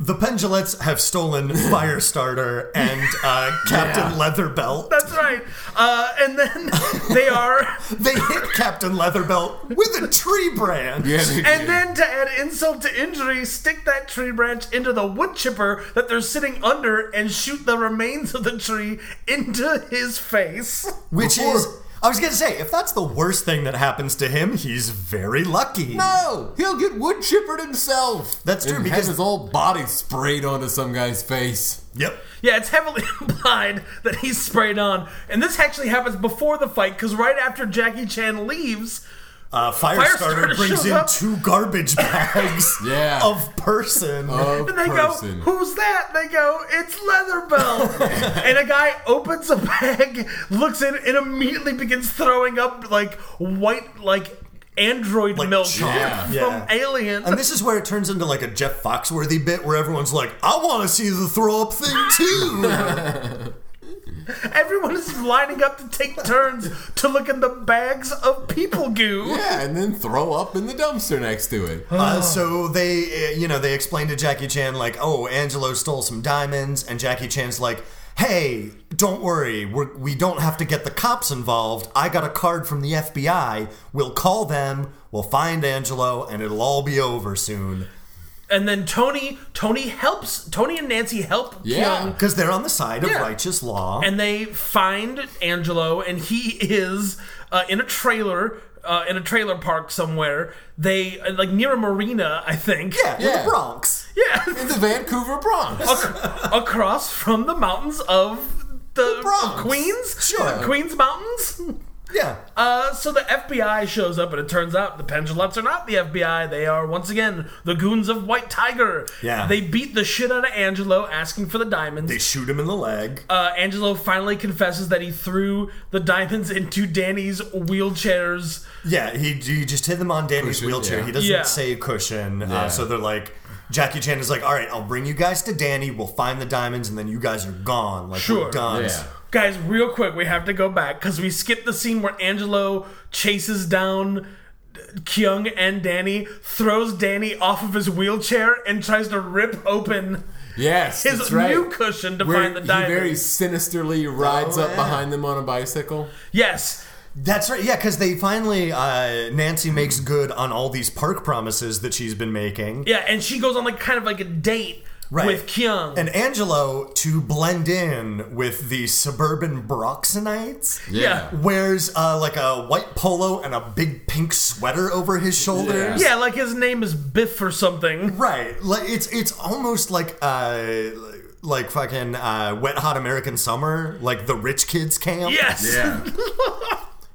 Speaker 3: The Pendulets have stolen Firestarter and uh, Captain Leatherbelt.
Speaker 1: that's right. Uh, and then they are.
Speaker 3: They hit Captain Leatherbelt with a tree branch.
Speaker 2: Yeah, they do.
Speaker 1: And then to add insult to injury, stick that tree branch into the wood chipper that they're sitting under and shoot the remains of the tree into his face.
Speaker 3: Which
Speaker 2: Before-
Speaker 3: is, I was gonna say, if that's the worst thing that happens to him, he's very lucky.
Speaker 2: No, he'll get wood chippered himself.
Speaker 3: That's true,
Speaker 2: And
Speaker 3: because-
Speaker 2: have his whole body sprayed onto some guy's face.
Speaker 3: Yep.
Speaker 1: Yeah, it's heavily implied that he's sprayed on. And this actually happens before the fight, because right after Jackie Chan leaves,
Speaker 3: Uh, Firestarter
Speaker 1: Firestarter
Speaker 3: brings
Speaker 1: shows
Speaker 3: in
Speaker 1: up.
Speaker 3: two garbage bags
Speaker 2: Yeah. Uh,
Speaker 3: of person.
Speaker 2: A
Speaker 1: and they
Speaker 2: person.
Speaker 1: go, Who's that? They go, It's Leatherbelt. and a guy opens a bag, looks in, and immediately begins throwing up like white, like android
Speaker 3: Like
Speaker 1: milk
Speaker 3: chalk.
Speaker 2: Yeah.
Speaker 1: from
Speaker 3: Yeah.
Speaker 1: aliens.
Speaker 3: and this is where it turns into like a Jeff Foxworthy bit where everyone's like, I want to see the throw up thing too.
Speaker 1: Everyone is lining up to take turns to look in the bags of people goo.
Speaker 2: Yeah, and then throw up in the dumpster next to it.
Speaker 1: Oh.
Speaker 3: uh, so they, uh, you know, they explain to Jackie Chan, like, oh, Angelo stole some diamonds. And Jackie Chan's like, hey, don't worry. We're, we don't have to get the cops involved. I got a card from the FBI. We'll call them, we'll find Angelo, and it'll all be over soon.
Speaker 1: And then Tony, Tony helps. Tony and Nancy help
Speaker 2: Yeah.
Speaker 1: Kyung,
Speaker 3: Because they're on the side of
Speaker 1: Yeah.
Speaker 3: righteous law.
Speaker 1: and they find Angelo, and he is uh, in a trailer. Uh, in a trailer park somewhere, they uh, like near a marina, I think.
Speaker 3: yeah, in
Speaker 2: Yeah.
Speaker 3: the Bronx.
Speaker 1: yeah,
Speaker 2: In the Vancouver Bronx.
Speaker 1: Ac- across from the mountains of the,
Speaker 3: Bronx.
Speaker 1: Queens,
Speaker 3: Sure.
Speaker 1: The Queens Mountains.
Speaker 3: Yeah.
Speaker 1: Uh, so the FBI shows up, and it turns out the Pendulets are not the FBI. They are once again the goons of White Tiger.
Speaker 3: Yeah.
Speaker 1: They beat the shit out of Angelo, asking for the diamonds.
Speaker 3: They shoot him in the leg.
Speaker 1: uh, Angelo finally confesses that he threw the diamonds into Danny's wheelchairs.
Speaker 3: yeah, he, he just hit them on Danny's
Speaker 2: Cushion,
Speaker 3: wheelchair.
Speaker 2: yeah.
Speaker 3: He doesn't
Speaker 1: Yeah.
Speaker 3: say cushion.
Speaker 2: Yeah.
Speaker 3: Uh, so they're like, Jackie Chan is like, all right, I'll bring you guys to Danny. We'll find the diamonds, and then you guys are gone. Like,
Speaker 1: Sure.
Speaker 3: we're done.
Speaker 2: Yeah.
Speaker 1: Guys, real quick, we have to go back because we skipped the scene where Angelo chases down Kyung and Danny, throws Danny off of his wheelchair, and tries to rip open
Speaker 2: Yes,
Speaker 1: his
Speaker 2: that's right.
Speaker 1: new cushion to
Speaker 2: Where
Speaker 1: find the
Speaker 2: he
Speaker 1: diamonds.
Speaker 2: very sinisterly rides
Speaker 3: Oh,
Speaker 2: up
Speaker 3: yeah.
Speaker 2: behind them on a bicycle.
Speaker 1: Yes.
Speaker 3: That's right. Yeah, because they finally, uh, Nancy makes good on all these park promises that she's been making.
Speaker 1: Yeah, and she goes on like kind of like a date
Speaker 3: Right.
Speaker 1: with Kyung.
Speaker 3: And Angelo, to blend in with the suburban Bronxonites,
Speaker 1: Yeah.
Speaker 3: wears uh, like a white polo and a big pink sweater over his shoulders.
Speaker 1: yeah, like his name is Biff or something.
Speaker 3: Right. Like it's it's almost like uh like fucking uh, wet hot American summer, like the rich kids camp.
Speaker 1: Yes.
Speaker 2: Yeah.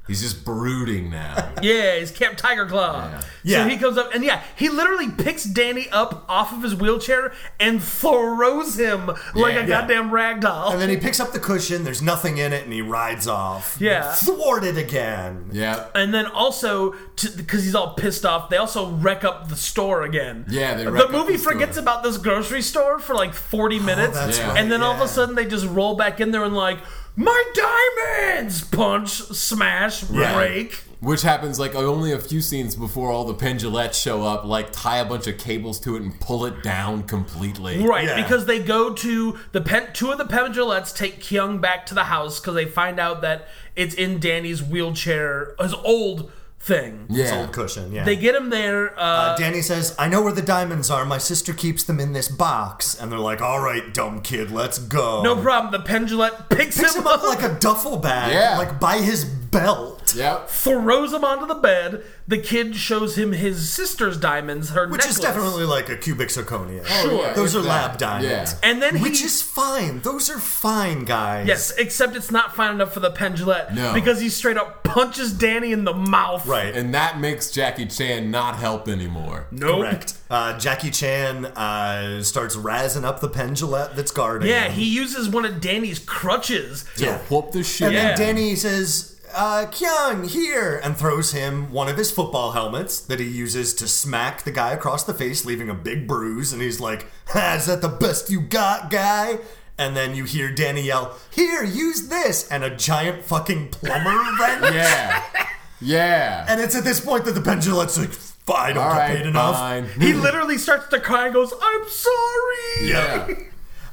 Speaker 2: He's just brooding now.
Speaker 1: Yeah, he's Camp Tiger Claw.
Speaker 3: Yeah.
Speaker 1: So he comes up and yeah, he literally picks Danny up off of his wheelchair and throws him like a
Speaker 2: Yeah.
Speaker 1: goddamn rag doll.
Speaker 3: And then he picks up the cushion. There's nothing in it, and he rides off.
Speaker 1: Yeah.
Speaker 3: Thwarted again.
Speaker 2: Yeah.
Speaker 1: And then also, because he's all pissed off, they also wreck up the store again.
Speaker 2: Yeah, they wreck
Speaker 1: The
Speaker 2: up
Speaker 1: movie
Speaker 2: the
Speaker 1: forgets
Speaker 2: store.
Speaker 1: about this grocery store for like 40 minutes.
Speaker 3: Oh, that's
Speaker 2: Yeah. right,
Speaker 1: And then all of
Speaker 3: yeah.
Speaker 1: a sudden they just roll back in there and like, my diamonds! Punch, smash, break.
Speaker 2: Which happens like only a few scenes before all the pendulettes show up, like tie a bunch of cables to it and pull it down completely.
Speaker 1: Right,
Speaker 3: Yeah.
Speaker 1: because they go to the pen, two of the Pendulettes take Kyung back to the house because they find out that it's in Danny's wheelchair, his old thing.
Speaker 2: Yeah.
Speaker 3: Old cushion, yeah.
Speaker 1: They get him there.
Speaker 3: Uh, Danny says, I know where the diamonds are. My sister keeps them in this box. And they're like, all right, dumb kid, let's go.
Speaker 2: Um,
Speaker 1: No problem. The pendulette picks,
Speaker 3: Picks him up like a duffel bag,
Speaker 2: Yeah.
Speaker 3: like by his belt.
Speaker 2: Yep.
Speaker 1: throws him onto the bed. The kid shows him his sister's diamonds, her
Speaker 3: Which
Speaker 1: necklace.
Speaker 3: is definitely like a cubic zirconia.
Speaker 1: Sure.
Speaker 2: Oh, yeah,
Speaker 3: Those
Speaker 2: it's
Speaker 3: are
Speaker 2: that.
Speaker 3: lab diamonds.
Speaker 2: Yeah.
Speaker 1: And then he
Speaker 3: Which is fine. Those are fine, guys.
Speaker 1: yes, except it's not fine enough for the pendulette
Speaker 2: No.
Speaker 1: because he straight up punches Danny in the mouth.
Speaker 3: Right.
Speaker 2: And that makes Jackie Chan not help anymore.
Speaker 1: Nope.
Speaker 3: Correct. Uh, Jackie Chan uh, starts razzing up the pendulette that's guarding
Speaker 1: Yeah,
Speaker 3: him.
Speaker 1: he uses one of Danny's crutches.
Speaker 2: To
Speaker 3: Yeah.
Speaker 2: whoop the shit
Speaker 3: And
Speaker 1: Yeah.
Speaker 2: out.
Speaker 3: then Danny says, uh, Kyung, here, and throws him one of his football helmets that he uses to smack the guy across the face, leaving a big bruise. And he's like, ha, Is that the best you got, guy? And then you hear Danny yell, Here, use this! And a giant fucking plumber wrench.
Speaker 2: Yeah. Yeah.
Speaker 3: And it's at this point that the pendulette's like, Fine, I don't
Speaker 2: All
Speaker 3: get
Speaker 2: right,
Speaker 3: paid enough.
Speaker 2: fine.
Speaker 1: He literally starts to cry and goes, "I'm sorry."
Speaker 2: yeah.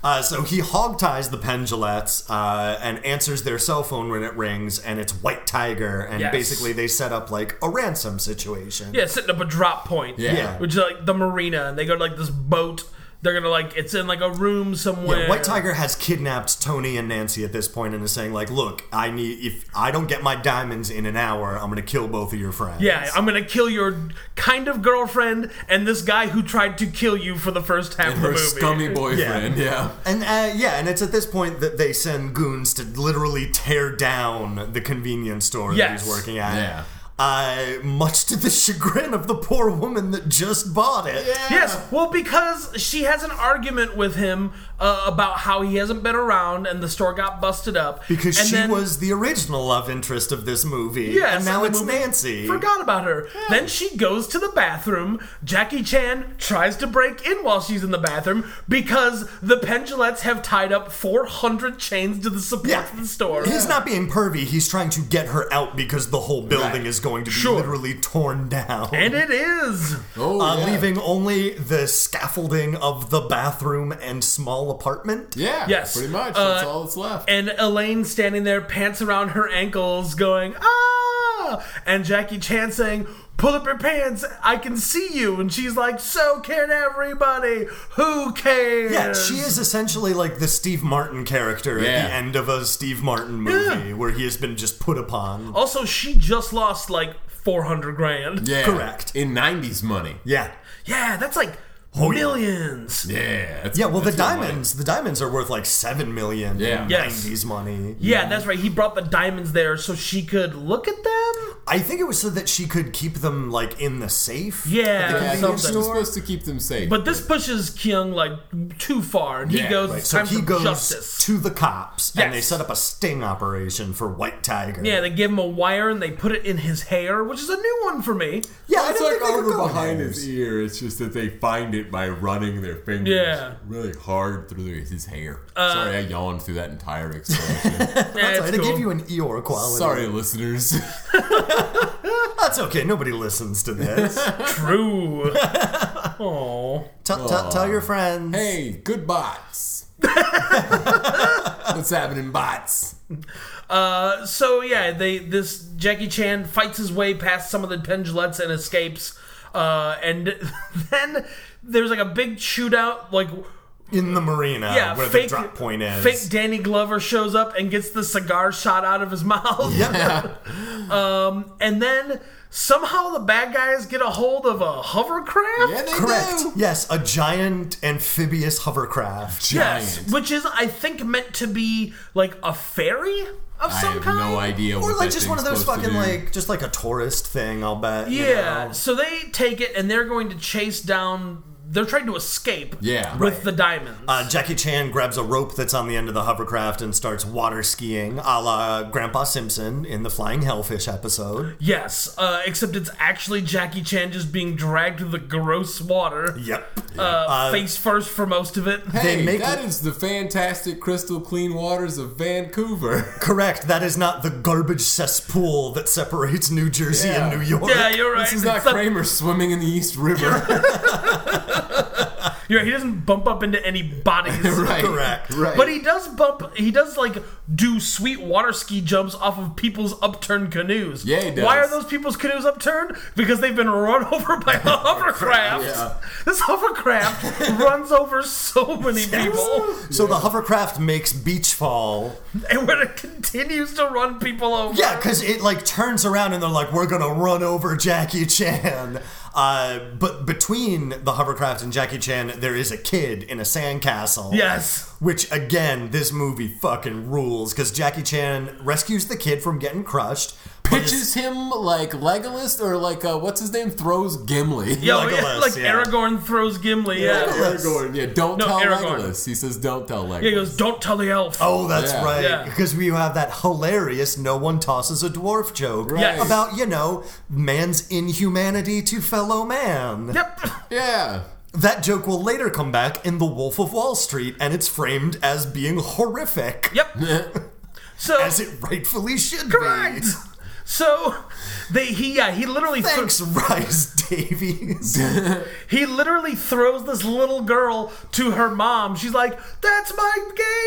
Speaker 3: Uh, so he hogties the pendulettes uh, and answers their cell phone when it rings, and it's White Tiger. And
Speaker 1: Yes.
Speaker 3: basically, they set up like a ransom situation.
Speaker 1: Yeah, setting up a drop point.
Speaker 2: Yeah.
Speaker 3: Yeah.
Speaker 1: Which is like the marina, and they go to like this boat. They're gonna like it's in like a room somewhere.
Speaker 3: Yeah, White Tiger has kidnapped Tony and Nancy at this point and is saying like, "Look, I need if I don't get my diamonds in an hour, I'm going to kill both of your friends."
Speaker 1: Yeah, I'm gonna kill your kind of girlfriend and this guy who tried to kill you for the first half of the
Speaker 2: Her
Speaker 1: movie.
Speaker 2: scummy boyfriend. Yeah.
Speaker 3: and uh, yeah, and it's at this point that they send goons to literally tear down the convenience store that
Speaker 1: Yes.
Speaker 3: he's working at.
Speaker 2: Yeah.
Speaker 3: Uh, much to the chagrin of the poor woman that just bought it.
Speaker 1: Yes, well, because she has an argument with him uh, about how he hasn't been around and the store got busted up.
Speaker 3: Because
Speaker 1: and
Speaker 3: she
Speaker 1: then-
Speaker 3: was the original love interest of this movie.
Speaker 1: Yes,
Speaker 3: and now
Speaker 1: and the
Speaker 3: it's
Speaker 1: movie
Speaker 3: Nancy.
Speaker 1: Forgot about her. Then she goes to the bathroom. Jackie Chan tries to break in while she's in the bathroom because the Pendulettes have tied up 400 chains to the support
Speaker 3: Yeah.
Speaker 1: of the store.
Speaker 3: He's not being pervy. He's trying to get her out because the whole building
Speaker 2: Right.
Speaker 3: is going to be
Speaker 1: Sure.
Speaker 3: literally torn down.
Speaker 1: And it is.
Speaker 2: Oh,
Speaker 3: uh,
Speaker 2: yeah.
Speaker 3: Leaving only the scaffolding of the bathroom and small apartment.
Speaker 2: Yeah.
Speaker 1: Yes.
Speaker 2: Pretty much.
Speaker 1: Uh,
Speaker 2: That's all that's left.
Speaker 1: And Elaine standing there, pants around her ankles, going, ah! And Jackie Chan saying, pull up your pants, I can see you. And she's like, so can everybody. Who cares?
Speaker 3: Yeah, she is essentially like the Steve Martin character
Speaker 2: Yeah.
Speaker 3: at the end of a Steve Martin movie where he has been just put
Speaker 2: Oh.
Speaker 3: upon.
Speaker 1: Also, she just lost like 400 grand.
Speaker 2: yeah.
Speaker 3: correct.
Speaker 2: In 90s money.
Speaker 3: Yeah.
Speaker 1: Yeah, that's like
Speaker 3: yeah.
Speaker 1: millions. Yeah.
Speaker 2: Yeah. that's-
Speaker 3: Yeah, well, the
Speaker 2: that's your money.
Speaker 3: diamonds, the diamonds are worth like seven million
Speaker 2: Yeah.
Speaker 3: in
Speaker 1: Yes.
Speaker 3: 90s money.
Speaker 1: that's right. He brought the diamonds there so she could look at them.
Speaker 3: I think it was so that she could keep them like in the safe.
Speaker 1: Yeah,
Speaker 2: Yeah, she was
Speaker 1: something.
Speaker 2: supposed to keep them safe.
Speaker 1: But this pushes Kyung like too far, and he
Speaker 2: Yeah,
Speaker 1: goes,
Speaker 2: right.
Speaker 1: "It's
Speaker 3: So
Speaker 1: time
Speaker 3: he
Speaker 1: for
Speaker 3: goes
Speaker 1: justice."
Speaker 3: to the cops and they
Speaker 1: Yes.
Speaker 3: set up a sting operation for White Tiger.
Speaker 1: yeah, they give him a wire and they put it in his hair, which is a new one for me.
Speaker 3: yeah. I
Speaker 2: It's
Speaker 3: don't
Speaker 2: like
Speaker 3: think they could
Speaker 2: over
Speaker 3: go
Speaker 2: behind
Speaker 3: there.
Speaker 2: his ear. It's just that they find it by running their fingers
Speaker 1: Yeah.
Speaker 2: really hard through his hair. Sorry, I yawned through that entire explanation.
Speaker 1: Yeah,
Speaker 3: Sorry,
Speaker 1: it's
Speaker 3: to
Speaker 1: cool.
Speaker 3: give you an Eeyore quality.
Speaker 2: Sorry, listeners.
Speaker 3: That's okay. Nobody listens to this.
Speaker 1: True. Aww.
Speaker 3: Tell- tell- tell your friends.
Speaker 2: hey, good bots. What's happening, bots?
Speaker 1: Uh, so yeah, they this Jackie Chan fights his way past some of the pendulets and escapes. Uh, and then there's like a big shootout, like
Speaker 3: In the marina
Speaker 1: yeah,
Speaker 3: Uh, where
Speaker 1: fake
Speaker 3: the drop point is.
Speaker 1: Fake Danny Glover shows up and gets the cigar shot out of his mouth. um, and then somehow the bad guys get a hold of a hovercraft.
Speaker 2: Yeah, they
Speaker 3: Correct.
Speaker 2: do.
Speaker 3: Yes, a giant amphibious hovercraft.
Speaker 1: Yes,
Speaker 2: Giant.
Speaker 1: which is I think meant to be like a ferry of
Speaker 2: I
Speaker 1: some
Speaker 2: have
Speaker 1: kind.
Speaker 2: no idea.
Speaker 3: Or
Speaker 2: what
Speaker 3: like
Speaker 2: that
Speaker 3: just one of
Speaker 2: thing's
Speaker 3: those
Speaker 2: supposed to
Speaker 3: fucking
Speaker 2: do.
Speaker 3: like just like a tourist thing, I'll bet. you
Speaker 1: Yeah.
Speaker 3: know?
Speaker 1: So they take it and they're going to chase down. They're trying to escape.
Speaker 2: Yeah.
Speaker 1: With
Speaker 2: Right.
Speaker 1: the diamonds.
Speaker 3: Uh, Jackie Chan grabs a rope that's on the end of the hovercraft and starts water skiing, a la Grandpa Simpson in the Flying Hellfish episode.
Speaker 1: yes. Uh, except it's actually Jackie Chan just being dragged through the gross water.
Speaker 3: Yep.
Speaker 1: Uh, face first for most of it.
Speaker 2: Hey,
Speaker 3: They make
Speaker 2: that
Speaker 3: it-
Speaker 2: is the fantastic crystal clean waters of Vancouver.
Speaker 3: Correct. That is not the garbage cesspool that separates New Jersey
Speaker 2: Yeah.
Speaker 3: and New York.
Speaker 1: Yeah, you're right.
Speaker 2: This is not
Speaker 1: It's not-
Speaker 2: Kramer swimming in the East River.
Speaker 1: You're right, He doesn't bump up into any bodies.
Speaker 2: right.
Speaker 3: Correct.
Speaker 2: Right.
Speaker 1: But he does bump. He does like do sweet water ski jumps off of people's upturned canoes.
Speaker 2: Yeah, he does.
Speaker 1: Why are those people's canoes upturned? Because they've been run over by a hovercraft.
Speaker 2: Yeah.
Speaker 1: This hovercraft runs over so many people,
Speaker 3: So the hovercraft makes beach fall.
Speaker 1: and when it continues to run people over,
Speaker 3: Yeah, because it like turns around and they're like, we're gonna run over Jackie Chan. Uh, but between the hovercraft and Jackie Chan, there is a kid in a sandcastle.
Speaker 1: Yes.
Speaker 3: Which again, this movie fucking rules because Jackie Chan rescues the kid from getting crushed. but is-
Speaker 2: Pitches him like Legolas or like uh, what's his name throws Gimli.
Speaker 1: Yo,
Speaker 3: Legolas,
Speaker 1: yeah, like
Speaker 3: yeah.
Speaker 1: Aragorn throws Gimli. Yeah.
Speaker 3: Legolas.
Speaker 2: Aragorn. Yeah, don't
Speaker 1: No,
Speaker 2: tell
Speaker 1: Aragorn.
Speaker 2: Legolas. He says, "Don't tell Legolas."
Speaker 1: Yeah, he goes, "Don't tell the elf."
Speaker 3: Oh, that's
Speaker 2: Yeah.
Speaker 3: right.
Speaker 1: Yeah.
Speaker 3: Because we have that hilarious no one tosses a dwarf joke
Speaker 2: Right.
Speaker 3: about, you know, man's inhumanity to fellow man.
Speaker 1: Yep.
Speaker 2: yeah.
Speaker 3: That joke will later come back in The Wolf of Wall Street, and it's framed as being horrific.
Speaker 1: Yep. So
Speaker 3: As it rightfully should
Speaker 1: correct.
Speaker 3: be.
Speaker 1: So they he yeah he literally thro-
Speaker 3: Thanks, Rice Davies.
Speaker 1: he literally throws this little girl to her mom. She's like, "That's my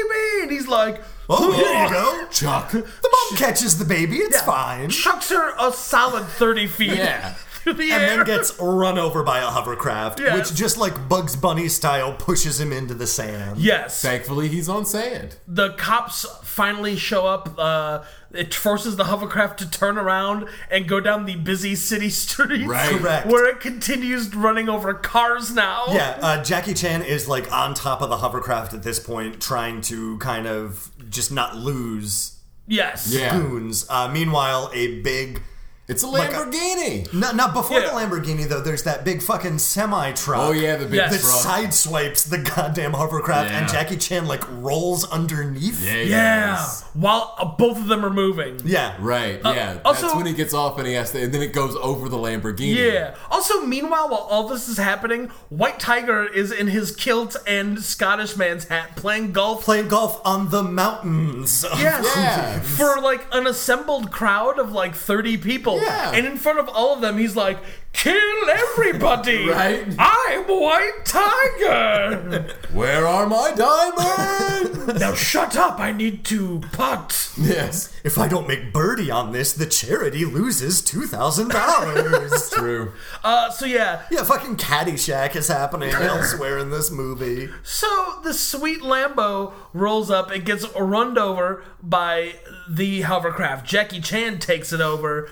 Speaker 1: baby," and he's like,
Speaker 3: Oh, there you go.
Speaker 2: Chuck.
Speaker 3: The mom catches the baby, it's
Speaker 1: Yeah.
Speaker 3: fine.
Speaker 1: chucks her a solid thirty feet
Speaker 2: Yeah.
Speaker 1: through the
Speaker 3: And
Speaker 1: air.
Speaker 3: then gets run over by a hovercraft,
Speaker 1: Yes.
Speaker 3: which just like Bugs Bunny style pushes him into the sand.
Speaker 1: yes,
Speaker 2: Thankfully, he's on sand.
Speaker 1: the cops finally show up. Uh, it forces the hovercraft to turn around and go down the busy city streets,
Speaker 2: Right.
Speaker 3: Correct.
Speaker 1: where it continues running over cars now.
Speaker 3: Yeah, uh, Jackie Chan is like on top of the hovercraft at this point, trying to kind of just not lose
Speaker 1: Yes.
Speaker 2: Yeah.
Speaker 3: goons. Uh, meanwhile, a big.
Speaker 2: It's a
Speaker 3: a-
Speaker 2: Lamborghini.
Speaker 3: Not, not before
Speaker 1: Yeah.
Speaker 3: the Lamborghini, though, there's that big fucking semi truck.
Speaker 2: oh yeah, the big
Speaker 1: Yes.
Speaker 3: That
Speaker 1: truck.
Speaker 2: truck.
Speaker 3: sideswipes the goddamn hovercraft, and
Speaker 2: Yeah.
Speaker 3: Jackie Chan like rolls underneath.
Speaker 2: Yeah. he
Speaker 1: Yeah.
Speaker 2: does.
Speaker 1: While uh, both of them are moving.
Speaker 3: Yeah.
Speaker 2: Right. yeah.
Speaker 1: Uh, also-
Speaker 2: That's when he gets off and he has to, and then it goes over the Lamborghini.
Speaker 1: Yeah. Also, meanwhile, while all this is happening, White Tiger is in his kilt and Scottish man's hat playing golf.
Speaker 3: Playing golf on the mountains.
Speaker 1: Yes.
Speaker 2: Yeah.
Speaker 1: For like an assembled crowd of like 30 people.
Speaker 2: Yeah.
Speaker 1: And in front of all of them, he's like, kill everybody.
Speaker 2: Right.
Speaker 1: I'm White Tiger.
Speaker 2: Where are my diamonds?
Speaker 1: now shut up. I need to putt.
Speaker 2: yes.
Speaker 3: If I don't make birdie on this, the charity loses two thousand dollars.
Speaker 2: True.
Speaker 1: Uh, so, yeah.
Speaker 3: Yeah, fucking Caddyshack is happening elsewhere in this movie.
Speaker 1: So the sweet Lambo rolls up and gets run over by the hovercraft. Jackie Chan takes it over.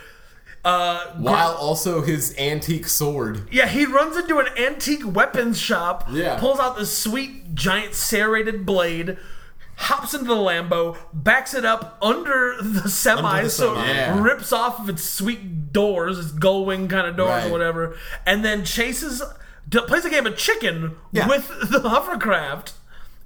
Speaker 1: Uh,
Speaker 2: While also his antique sword.
Speaker 1: yeah, he runs into an antique weapons shop,
Speaker 2: Yeah.
Speaker 1: pulls out this sweet giant serrated blade, hops into the Lambo, backs it up under the semi,
Speaker 3: Under the
Speaker 1: so
Speaker 3: semi.
Speaker 1: it
Speaker 2: Yeah.
Speaker 1: rips off of its sweet doors, its gull wing kind of doors or
Speaker 2: Right.
Speaker 1: whatever, and then chases, d- plays a game of chicken
Speaker 3: Yeah.
Speaker 1: with the hovercraft.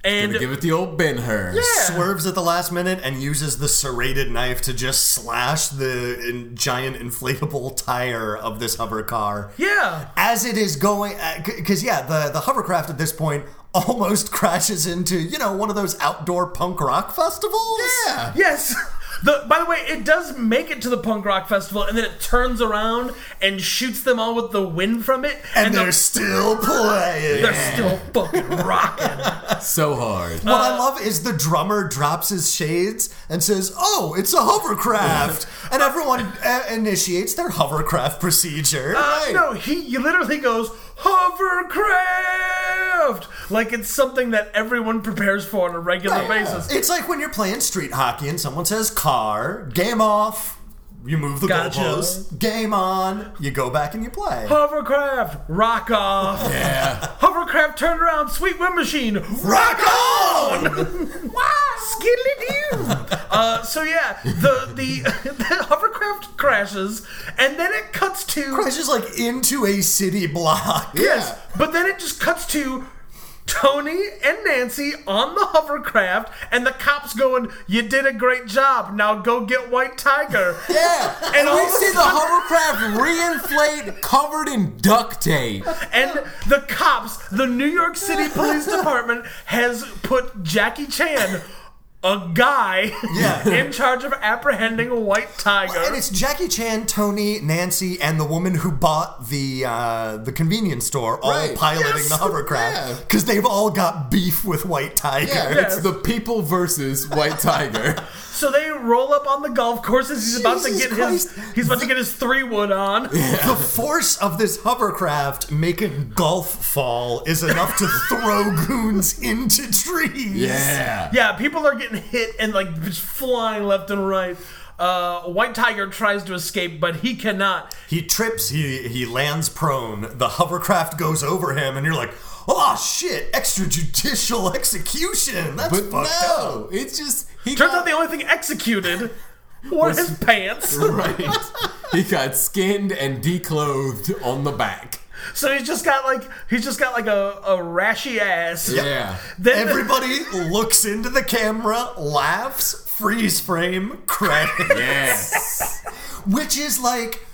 Speaker 1: And
Speaker 2: Give it the old Ben Hur.
Speaker 1: Yeah.
Speaker 3: Swerves at the last minute and uses the serrated knife to just slash the in, giant inflatable tire of this hover car.
Speaker 1: yeah,
Speaker 3: As it is going, because yeah, the, the hovercraft at this point almost crashes into, you know, one of those outdoor punk rock festivals.
Speaker 2: Yeah.
Speaker 1: Yes. The, by the way, it does make it to the punk rock festival, and then it turns around and shoots them all with the wind from it,
Speaker 3: And,
Speaker 1: the-
Speaker 3: they're still playing.
Speaker 1: they're still fucking rocking.
Speaker 2: So
Speaker 1: Uh,
Speaker 2: hard.
Speaker 3: What I love is the drummer drops his shades and says, "Oh, it's a hovercraft," and everyone uh, initiates their hovercraft procedure.
Speaker 1: Uh,
Speaker 2: Right.
Speaker 1: No, he literally goes hovercraft, like it's something that everyone prepares for on a regular basis.
Speaker 3: It's like when you're playing street hockey and someone says "car," game off. You move the
Speaker 1: Gotcha.
Speaker 3: goalpost. Game on. You go back and you play.
Speaker 1: Hovercraft, rock off.
Speaker 2: Yeah.
Speaker 1: Hovercraft, turn around, sweet wind machine,
Speaker 3: Rock on!
Speaker 1: Wow! Skiddly-doo! uh, so yeah, the, the the hovercraft crashes, and then it cuts to
Speaker 3: It's just like into a city block.
Speaker 1: yes, but then it just cuts to Tony and Nancy on the hovercraft, and the cops going, "You did a great job. Now go get White Tiger."
Speaker 2: Yeah.
Speaker 1: And
Speaker 2: And
Speaker 1: all
Speaker 2: we
Speaker 1: of a
Speaker 2: see the
Speaker 1: sudden-
Speaker 2: hovercraft reinflate covered in duct tape.
Speaker 1: And the cops, the New York City Police Department, has put Jackie Chan a guy
Speaker 3: Yeah.
Speaker 1: in charge of apprehending a white tiger.
Speaker 3: And it's Jackie Chan, Tony, Nancy, and the woman who bought the uh, the convenience store all
Speaker 2: Right.
Speaker 3: piloting
Speaker 1: Yes.
Speaker 3: the hovercraft
Speaker 2: Yeah.
Speaker 3: because they've all got beef with White Tiger.
Speaker 2: Yeah,
Speaker 1: Yes.
Speaker 2: it's the people versus White Tiger.
Speaker 1: so they roll up on the golf course as he's about to
Speaker 3: Jesus
Speaker 1: get his
Speaker 3: Christ.
Speaker 1: he's about to get his three wood on.
Speaker 3: The force of this hovercraft making golf fall is enough to throw goons into trees.
Speaker 2: yeah.
Speaker 1: Yeah, people are getting hit and like just flying left and right. Uh, White Tiger tries to escape, but he cannot.
Speaker 3: He trips, he he lands prone. The hovercraft goes over him, and you're like, oh shit, extrajudicial execution. That's
Speaker 2: But
Speaker 3: fucked up.
Speaker 2: no, it's just he
Speaker 1: Turns
Speaker 2: got,
Speaker 1: out the only thing executed were his pants.
Speaker 2: right. He got skinned and declothed on the back.
Speaker 1: So he's just got like he's just got like a, a rashy ass.
Speaker 2: Yeah.
Speaker 1: Then
Speaker 3: Everybody looks into the camera, laughs, freeze frame, credit.
Speaker 2: Yes.
Speaker 3: Which is like.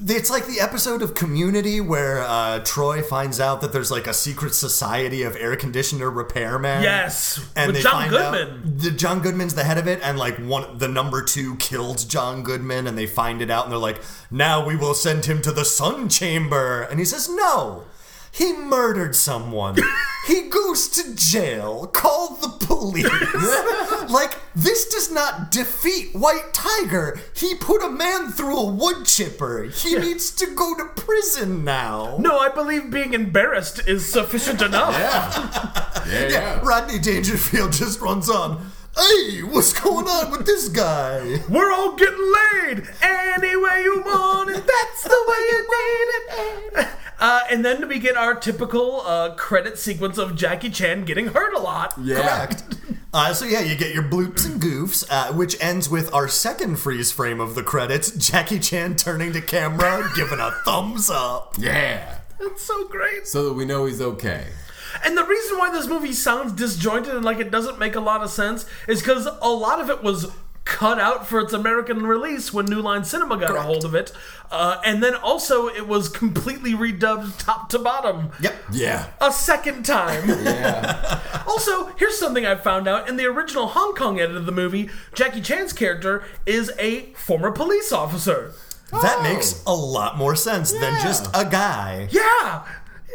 Speaker 3: It's like the episode of Community where uh, Troy finds out that there's like a secret society of air conditioner repairmen.
Speaker 1: Yes,
Speaker 3: and
Speaker 1: with
Speaker 3: they
Speaker 1: John
Speaker 3: find
Speaker 1: Goodman.
Speaker 3: Out the John Goodman's the head of it, and like one, the number two killed John Goodman, and they find it out, and they're like, "Now we will send him to the Sun Chamber," and he says, "No." He murdered someone. he goes to jail. Call the police. like, this does not defeat White Tiger. He put a man through a wood chipper. He needs to go to prison now.
Speaker 1: no, I believe being embarrassed is sufficient enough.
Speaker 2: Yeah. Yeah.
Speaker 3: Yeah, Rodney Dangerfield just runs on. Hey, what's going on with this guy?
Speaker 1: We're all getting laid any way you want it. That's the way you need it. Uh, and then we get our typical uh, credit sequence of Jackie Chan getting hurt a lot.
Speaker 2: Yeah.
Speaker 3: Correct. Uh, so yeah, you get your bloops and goofs, uh, which ends with our second freeze frame of the credits: Jackie Chan turning to camera, giving a thumbs up.
Speaker 2: Yeah.
Speaker 1: That's so great.
Speaker 2: So that we know he's okay.
Speaker 1: And the reason why this movie sounds disjointed and like it doesn't make a lot of sense is because a lot of it was cut out for its American release when New Line Cinema got a hold of it. Uh, and then also it was completely redubbed top to bottom.
Speaker 3: Yep.
Speaker 2: Yeah.
Speaker 1: A second time.
Speaker 2: Yeah.
Speaker 1: Also, here's something I found out in the original Hong Kong edit of the movie, Jackie Chan's character is a former police officer.
Speaker 3: That makes a lot more sense than
Speaker 2: Yeah.
Speaker 3: just a guy.
Speaker 1: Yeah!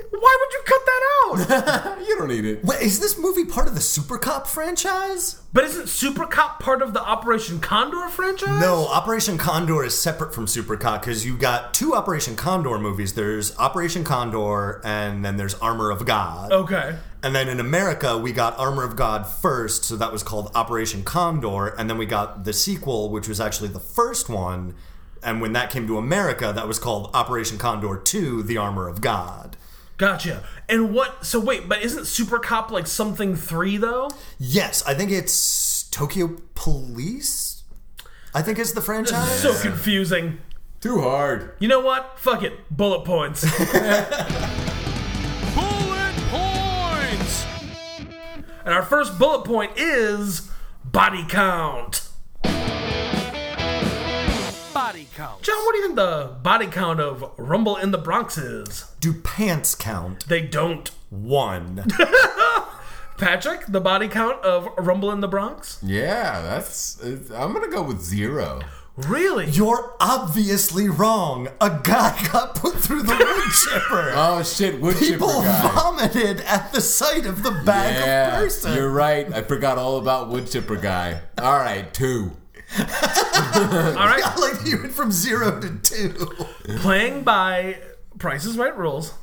Speaker 1: Why would you cut that out?
Speaker 2: you don't need it.
Speaker 3: Wait, is this movie part of the Super Cop franchise?
Speaker 1: but isn't Super Cop part of the Operation Condor franchise?
Speaker 3: No, Operation Condor is separate from Super Cop because you got two Operation Condor movies. There's Operation Condor, and then there's Armor of God.
Speaker 1: Okay.
Speaker 3: And then in America, we got Armor of God first, so that was called Operation Condor. And then we got the sequel, which was actually the first one. And when that came to America, that was called Operation Condor 2 The Armor of God.
Speaker 1: Gotcha. And what so wait, but isn't Super Cop like something three though?
Speaker 3: Yes, I think it's Tokyo Police. I think it's the franchise.
Speaker 1: So confusing.
Speaker 2: Too hard.
Speaker 1: You know what? Fuck it. Bullet points.
Speaker 4: Bullet points!
Speaker 1: and our first bullet point is body count.
Speaker 4: Body count.
Speaker 1: John, what do you think the body count of Rumble in the Bronx is?
Speaker 3: Do pants count?
Speaker 1: They don't.
Speaker 3: One.
Speaker 1: Patrick, the body count of Rumble in the Bronx?
Speaker 2: Yeah, that's. It, I'm gonna go with zero.
Speaker 1: Really?
Speaker 3: You're obviously wrong. A guy got put through the wood chipper.
Speaker 2: Oh shit, wood
Speaker 3: People
Speaker 2: chipper guy.
Speaker 3: vomited at the sight of the bag
Speaker 2: Yeah,
Speaker 3: of person.
Speaker 2: you're right. I forgot all about wood chipper guy. All right, two.
Speaker 1: All right.
Speaker 3: I like that you went from zero to two.
Speaker 1: Playing by Price is Right rules.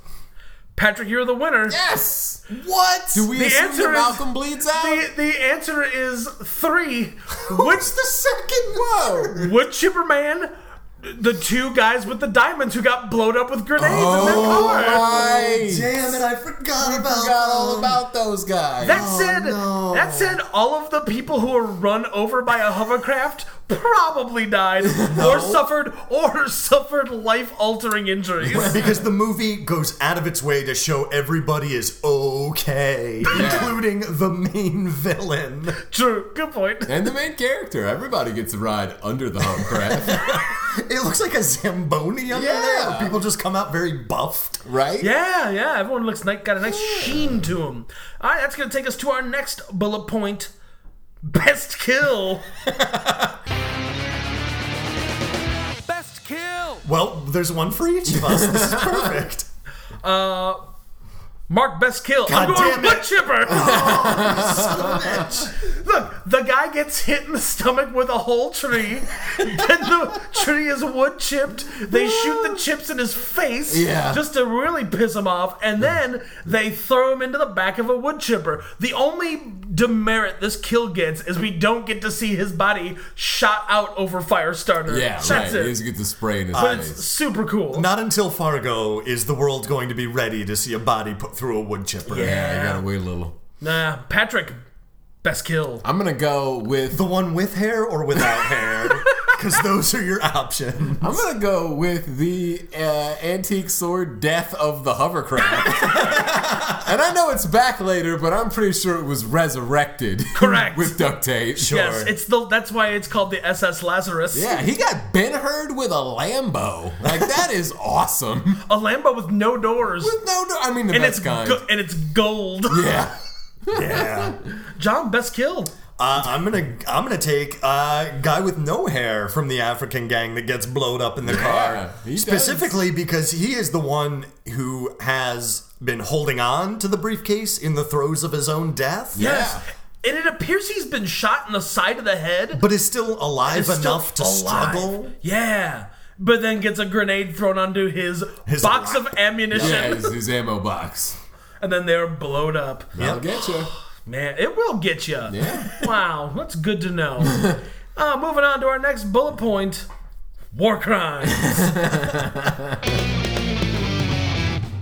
Speaker 1: Patrick, you're the winner.
Speaker 2: Yes.
Speaker 3: What?
Speaker 2: Do we
Speaker 1: The
Speaker 2: assume
Speaker 1: answer
Speaker 2: that
Speaker 1: is-
Speaker 2: Malcolm bleeds out?
Speaker 1: The, the answer is three. Wood,
Speaker 3: What's the second word?
Speaker 1: wood Chipper Man, the two guys with the diamonds who got blowed up with grenades
Speaker 2: Oh
Speaker 1: in their car. Oh,
Speaker 2: right.
Speaker 3: Damn it! I forgot about
Speaker 2: Forgot all
Speaker 3: them.
Speaker 2: about those guys.
Speaker 1: That said,
Speaker 3: no.
Speaker 1: that said, all of the people who were run over by a hovercraft probably died or suffered or suffered life-altering injuries.
Speaker 3: Because the movie goes out of its way to show everybody is okay, including the main villain.
Speaker 1: True. Good point.
Speaker 2: and the main character. Everybody gets a ride under the hovercraft,
Speaker 3: It looks like a Zamboni under
Speaker 2: Yeah.
Speaker 3: there. People just come out very buffed.
Speaker 2: right?
Speaker 1: Yeah, yeah. Everyone looks like got a nice sheen to them. All right, that's gonna take us to our next bullet point. Best kill.
Speaker 4: Best kill.
Speaker 3: Well, there's one for each of us. This is perfect.
Speaker 1: Mark best kill. I'm
Speaker 3: God
Speaker 1: going
Speaker 3: damn
Speaker 1: wood
Speaker 3: it.
Speaker 1: chipper.
Speaker 3: Son of a bitch.
Speaker 1: Look, the guy gets hit in the stomach with a whole tree. then the tree is wood chipped. They shoot the chips in his face
Speaker 2: Yeah.
Speaker 1: just to really piss him off. And then they throw him into the back of a wood chipper. The only demerit this kill gets is we don't get to see his body shot out over Firestarter.
Speaker 2: Yeah,
Speaker 1: That's
Speaker 2: right.
Speaker 1: it.
Speaker 2: He doesn't get the spray in his
Speaker 1: but it's
Speaker 2: face.
Speaker 1: super cool.
Speaker 3: Not until Fargo is the world going to be ready to see a body put through a wood chipper.
Speaker 2: Yeah, you gotta wait a little.
Speaker 1: nah, Patrick, best kill.
Speaker 2: I'm gonna go with
Speaker 3: The one with hair or without hair? Because those are your options.
Speaker 2: I'm gonna go with the uh, antique sword death of the hovercraft. and I know it's back later, but I'm pretty sure it was resurrected.
Speaker 1: Correct.
Speaker 2: with duct tape. Sure.
Speaker 1: Yes, it's the. That's why it's called the SS Lazarus.
Speaker 2: Yeah, he got Ben Hurd with a Lambo. Like that is awesome.
Speaker 1: a Lambo with no doors.
Speaker 2: No, no, I mean the
Speaker 1: and it's
Speaker 2: best kind.
Speaker 1: go- and it's gold.
Speaker 2: yeah.
Speaker 3: Yeah.
Speaker 1: John best killed.
Speaker 3: Uh, I'm gonna I'm gonna take uh, guy with no hair from the African gang that gets blowed up in the car.
Speaker 2: he does.
Speaker 3: Specifically because he is the one who has been holding on to the briefcase in the throes of his own death.
Speaker 1: Yes. And it appears he's been shot in the side of the head.
Speaker 3: But is still alive
Speaker 1: It's still
Speaker 3: enough to
Speaker 1: alive.
Speaker 3: struggle.
Speaker 1: Yeah. But then gets a grenade thrown onto his,
Speaker 3: His
Speaker 1: box
Speaker 3: lap.
Speaker 1: of ammunition.
Speaker 2: Yeah, his, his ammo box.
Speaker 1: And then they're blown up.
Speaker 2: I'll get you.
Speaker 1: Man, it will get you.
Speaker 2: Yeah.
Speaker 1: Wow, that's good to know. uh, moving on to our next bullet point war crimes.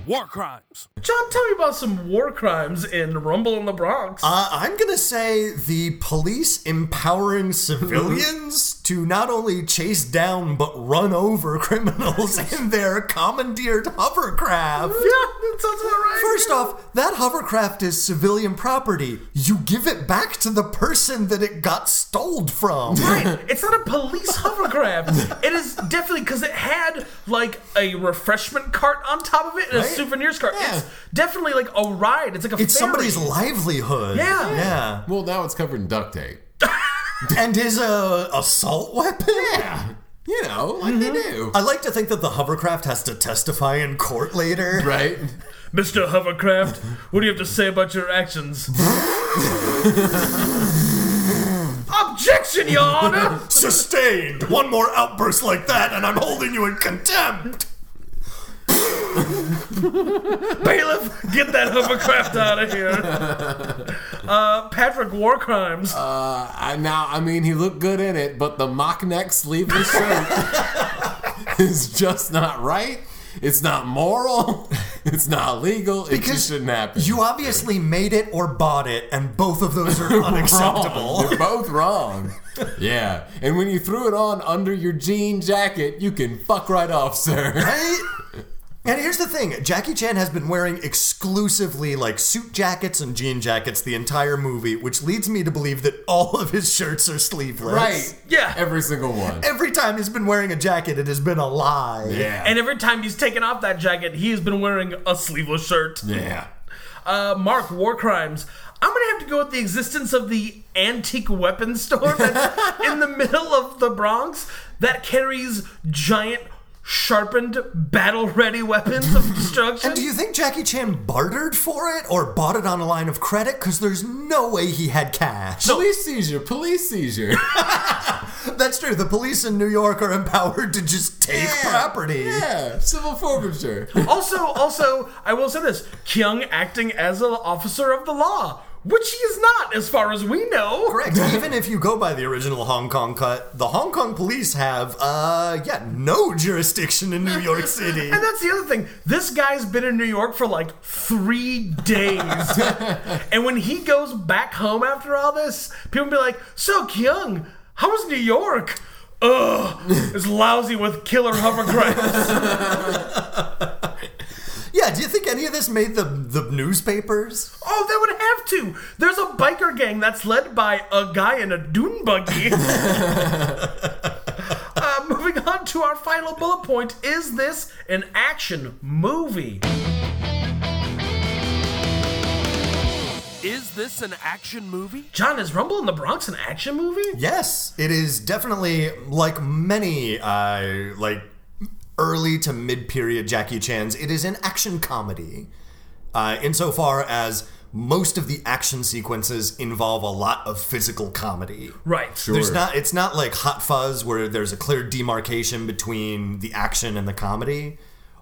Speaker 4: War crimes.
Speaker 1: John, tell me about some war crimes in Rumble in the Bronx.
Speaker 3: Uh, I'm going to say the police empowering civilians to not only chase down but run over criminals in their commandeered hovercraft.
Speaker 1: yeah, that sounds about right.
Speaker 3: First off, that hovercraft is civilian property. You give it back to the person that it got stole from.
Speaker 1: Right. It's not a police hovercraft. It is definitely because it had like a refreshment cart on top of it and a
Speaker 3: Right?
Speaker 1: souvenirs cart.
Speaker 2: Yeah.
Speaker 1: It's definitely like a ride. It's like a
Speaker 3: It's
Speaker 1: ferry.
Speaker 3: somebody's livelihood.
Speaker 1: Yeah.
Speaker 3: Yeah.
Speaker 2: Well, now it's covered in duct tape.
Speaker 3: And is a assault weapon?
Speaker 2: Yeah. You know, like they
Speaker 1: Mm-hmm.
Speaker 2: do.
Speaker 3: I like to think that the hovercraft has to testify in court later.
Speaker 2: Right?
Speaker 1: Mr. Hovercraft, what do you have to say about your actions? Objection, Your Honor!
Speaker 3: Sustained. One more outburst like that, and I'm holding you in contempt.
Speaker 1: Bailiff, get that hovercraft out of here. Uh, Patrick, war crimes.
Speaker 2: Uh, I, now, I mean, he looked good in it, but the mock neck sleeveless shirt is just not right. It's not moral. It's not legal. It just shouldn't happen.
Speaker 3: You obviously made it or bought it, and both of those are
Speaker 2: wrong.
Speaker 3: unacceptable.
Speaker 2: They're both wrong. yeah. And when you threw it on under your jean jacket, you can fuck right off, sir.
Speaker 3: Right? And here's the thing Jackie Chan has been wearing exclusively like suit jackets and jean jackets the entire movie, which leads me to believe that all of his shirts are sleeveless.
Speaker 2: Right.
Speaker 1: Yeah.
Speaker 2: Every single one.
Speaker 3: Every time he's been wearing a jacket, it has been a lie.
Speaker 2: Yeah.
Speaker 1: and every time he's taken off that jacket, he has been wearing a sleeveless shirt.
Speaker 2: yeah.
Speaker 1: uh, Mark War Crimes. I'm gonna have to go with the existence of the antique weapon store that's in the middle of the Bronx that carries giant, sharpened, battle-ready weapons of destruction.
Speaker 3: And do you think Jackie Chan bartered for it or bought it on a line of credit? Because there's no way he had cash.
Speaker 2: Police seizure. Police seizure.
Speaker 3: That's true. The police in New York are empowered to just take property.
Speaker 2: Yeah. Civil forfeiture.
Speaker 1: also, also, I will say this: Kyung acting as an officer of the law, which he is not, as far as we know.
Speaker 3: Correct. Even if you go by the original Hong Kong cut, the Hong Kong police have, uh, yeah, no jurisdiction in New York City.
Speaker 1: And that's the other thing. This guy's been in New York for like three days. and when he goes back home after all this, people be like, So, Kyung, how was New York? Ugh, it's lousy with killer hovercrafts.
Speaker 3: Yeah, do you think any of this made the, the newspapers?
Speaker 1: oh, they would have to. There's a biker gang that's led by a guy in a dune buggy. uh, moving on to our final bullet point is this an action movie?
Speaker 4: Is this an action movie?
Speaker 1: John, is Rumble in the Bronx an action movie?
Speaker 3: Yes, it is definitely like many uh, like early to mid period Jackie Chan's. It is an action comedy, uh, insofar as most of the action sequences involve a lot of physical comedy.
Speaker 1: Right.
Speaker 3: There's not. It's not like Hot Fuzz where there's a clear demarcation between the action and the comedy,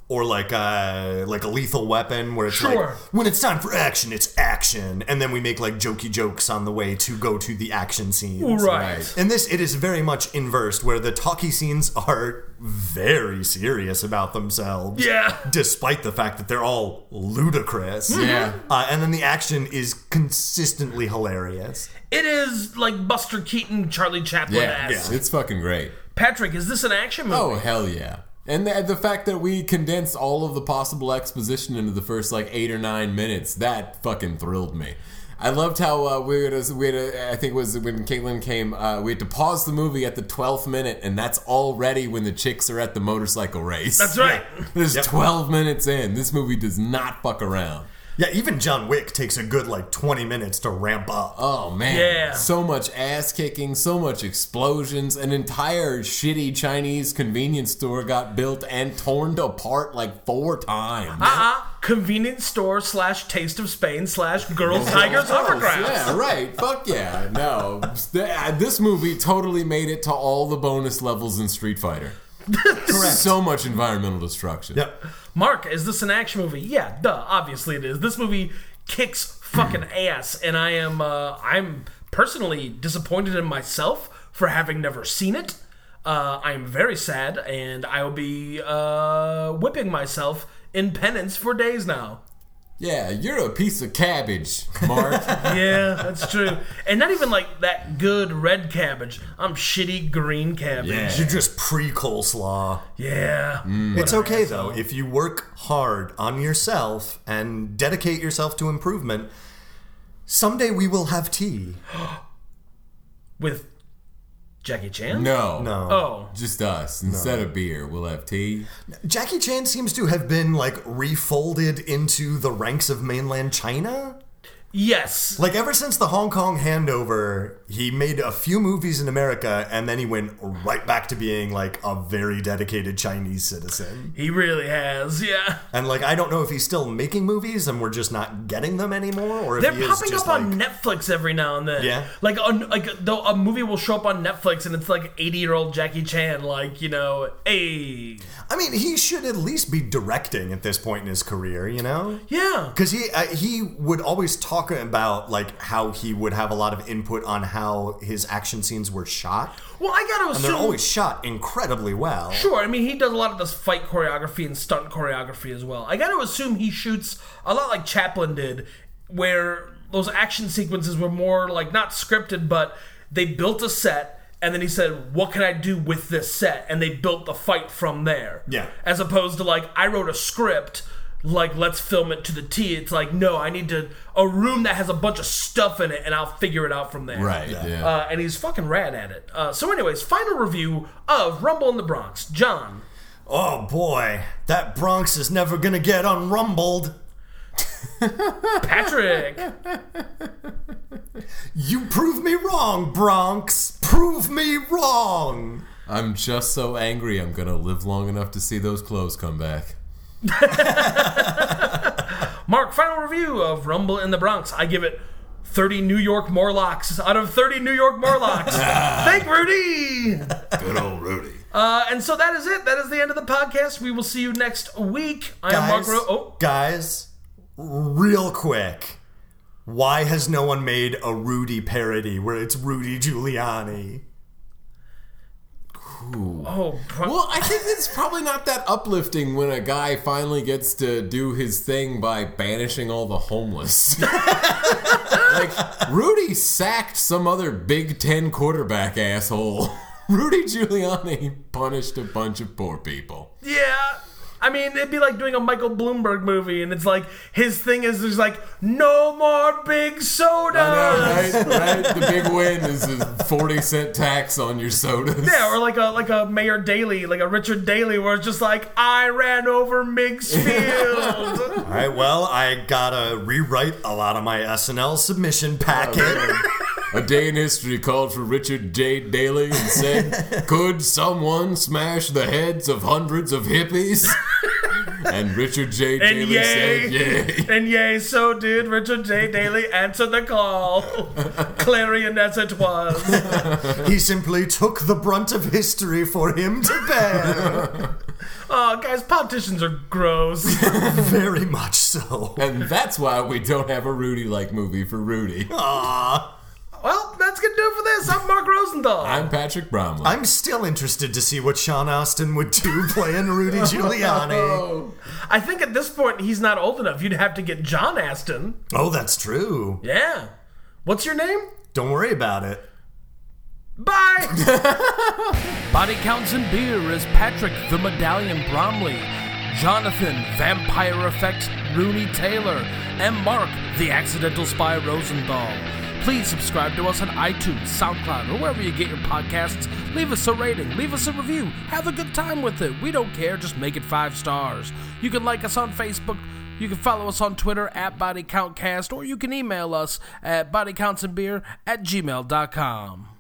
Speaker 3: or like a like a Lethal Weapon where it's like
Speaker 1: Sure.
Speaker 3: when it's time for action, it's action, and then we make like jokey jokes on the way to go to the action scenes.
Speaker 1: Right.
Speaker 2: Right.
Speaker 3: In this, it is very much inversed, where the talkie scenes are very serious about themselves.
Speaker 1: Yeah. Hmm.
Speaker 3: Despite the fact that they're all ludicrous.
Speaker 2: Yeah.
Speaker 3: Uh, and then the action is consistently hilarious.
Speaker 1: It is like Buster Keaton, Charlie Chaplin
Speaker 2: Yeah,
Speaker 1: ass.
Speaker 2: it's fucking great.
Speaker 1: Patrick, is this an action movie?
Speaker 2: Oh hell yeah! And the, the fact that we condensed all of the possible exposition into the first like eight or nine minutes that fucking thrilled me. I loved how uh, we had, a, we had a, I think it was when Caitlin came. Uh, we had to pause the movie at the twelfth minute, and that's already when the chicks are at the motorcycle race.
Speaker 1: That's right.
Speaker 2: There's twelve minutes in. This movie does not fuck around.
Speaker 3: Yeah, even John Wick takes a good like 20 minutes to ramp up.
Speaker 2: Oh man.
Speaker 1: Yeah.
Speaker 2: So much ass kicking, so much explosions. An entire shitty Chinese convenience store got built and torn apart like four times.
Speaker 1: Uh-uh. Convenience store slash taste of Spain slash girls, tigers, hovercraft.
Speaker 2: Yeah, right. Fuck yeah. No. uh, This movie totally made it to all the bonus levels in Street Fighter.
Speaker 3: Correct.
Speaker 2: So much environmental destruction.
Speaker 3: Yep.
Speaker 1: Mark, is this an action movie? Yeah, duh, obviously it is. This movie kicks fucking ass, and I am uh, I'm personally disappointed in myself for having never seen it. Uh, I am very sad, and I will be uh, whipping myself in penance for days now.
Speaker 2: Yeah, you're a piece of cabbage, Mark.
Speaker 1: Yeah, that's true. And not even like that good red cabbage. I'm shitty green cabbage.
Speaker 2: Yeah.
Speaker 3: You just pre coleslaw.
Speaker 1: Yeah.
Speaker 3: It's okay though. If you work hard on yourself and dedicate yourself to improvement, someday we will have tea.
Speaker 1: With Jackie Chan?
Speaker 2: No.
Speaker 3: No.
Speaker 1: Oh.
Speaker 2: Just us. Instead of beer, we'll have tea.
Speaker 3: Jackie Chan seems to have been like refolded into the ranks of mainland China.
Speaker 1: Yes.
Speaker 3: Like ever since the Hong Kong handover, he made a few movies in America and then he went right back to being like a very dedicated Chinese citizen.
Speaker 1: He really has. Yeah.
Speaker 3: And like I don't know if he's still making movies and we're just not getting them anymore or if
Speaker 1: They're
Speaker 3: he is
Speaker 1: popping
Speaker 3: just
Speaker 1: up
Speaker 3: like
Speaker 1: on Netflix every now and then.
Speaker 3: Yeah.
Speaker 1: Like on like though a movie will show up on Netflix and it's like 80 year old Jackie Chan, like, you know, hey.
Speaker 3: I mean, he should at least be directing at this point in his career, you know?
Speaker 1: Yeah.
Speaker 3: Because he uh, he would always talk about like how he would have a lot of input on how his action scenes were shot,
Speaker 1: Well, I gotta
Speaker 3: and they're
Speaker 1: assume
Speaker 3: always shot incredibly well.
Speaker 1: Sure, I mean he does a lot of this fight choreography and stunt choreography as well. I gotta assume he shoots a lot like Chaplin did, where those action sequences were more like not scripted, but they built a set and then he said, What can I do with this set? And they built the fight from there.
Speaker 3: Yeah.
Speaker 1: As opposed to like, I wrote a script, like, let's film it to the T. It's like, no, I need to a room that has a bunch of stuff in it and I'll figure it out from there.
Speaker 2: Right. Yeah.
Speaker 1: Uh, and he's fucking rad at it. Uh, so, anyways, final review of Rumble in the Bronx. John,
Speaker 3: Oh boy, that Bronx is never gonna get unrumbled.
Speaker 1: Patrick,
Speaker 3: You prove me wrong, Bronx. Prove me wrong.
Speaker 2: I'm just so angry I'm going to live long enough to see those clothes come back.
Speaker 1: Mark, final review of Rumble in the Bronx. I give it 30 New York Morlocks out of 30 New York Morlocks. Thank Rudy.
Speaker 2: Good old Rudy.
Speaker 1: Uh, and so that is it. That is the end of the podcast. We will see you next week. I am Mark
Speaker 3: guys,
Speaker 1: Ro- Oh,
Speaker 3: guys, real quick. Why has no one made a Rudy parody where it's Rudy Giuliani?
Speaker 1: oh, bro-
Speaker 2: Well, I think it's probably not that uplifting when a guy finally gets to do his thing by banishing all the homeless. like, Rudy sacked some other Big Ten quarterback asshole. Rudy Giuliani punished a bunch of poor people.
Speaker 1: yeah. I mean, it'd be like doing a Michael Bloomberg movie, and it's like his thing is there's like no more big sodas.
Speaker 2: I know, right? right? The big win is a 40 cent tax on your sodas.
Speaker 1: Yeah, or like a like a Mayor Daley, like a Richard Daley, where it's just like I ran over Migsfield.
Speaker 3: All right, well, I gotta rewrite a lot of my SNL submission packet.
Speaker 2: A day in history called for Richard J. Daley and said, Could someone smash the heads of hundreds of hippies? And Richard J.
Speaker 1: And
Speaker 2: Daley
Speaker 1: yay.
Speaker 2: said, Yay.
Speaker 1: and yay, so did Richard J. Daley answer the call, clarion as it was.
Speaker 3: he simply took the brunt of history for him to bear.
Speaker 1: Oh, guys, politicians are gross.
Speaker 3: Very much so.
Speaker 2: And that's why we don't have a Rudy like movie for Rudy.
Speaker 3: Aw.
Speaker 1: well, that's gonna do it for this. I'm Mark Rosenthal.
Speaker 2: I'm Patrick Bromley.
Speaker 3: I'm still interested to see what Sean Austin would do playing Rudy Giuliani.
Speaker 1: I think at this point he's not old enough. You'd have to get John Aston.
Speaker 3: Oh, that's true.
Speaker 1: Yeah. What's your name?
Speaker 3: Don't worry about it.
Speaker 1: Bye.
Speaker 4: Body Counts and Beer is Patrick the Medallion Bromley, Jonathan Vampire Effect Rooney Taylor, and Mark the Accidental Spy Rosenthal. Please subscribe to us on iTunes, SoundCloud, or wherever you get your podcasts. Leave us a rating, leave us a review, have a good time with it. We don't care, just make it five stars. You can like us on Facebook. You can follow us on Twitter at BodyCountCast, or you can email us at bodycountsandbeer at gmail.com.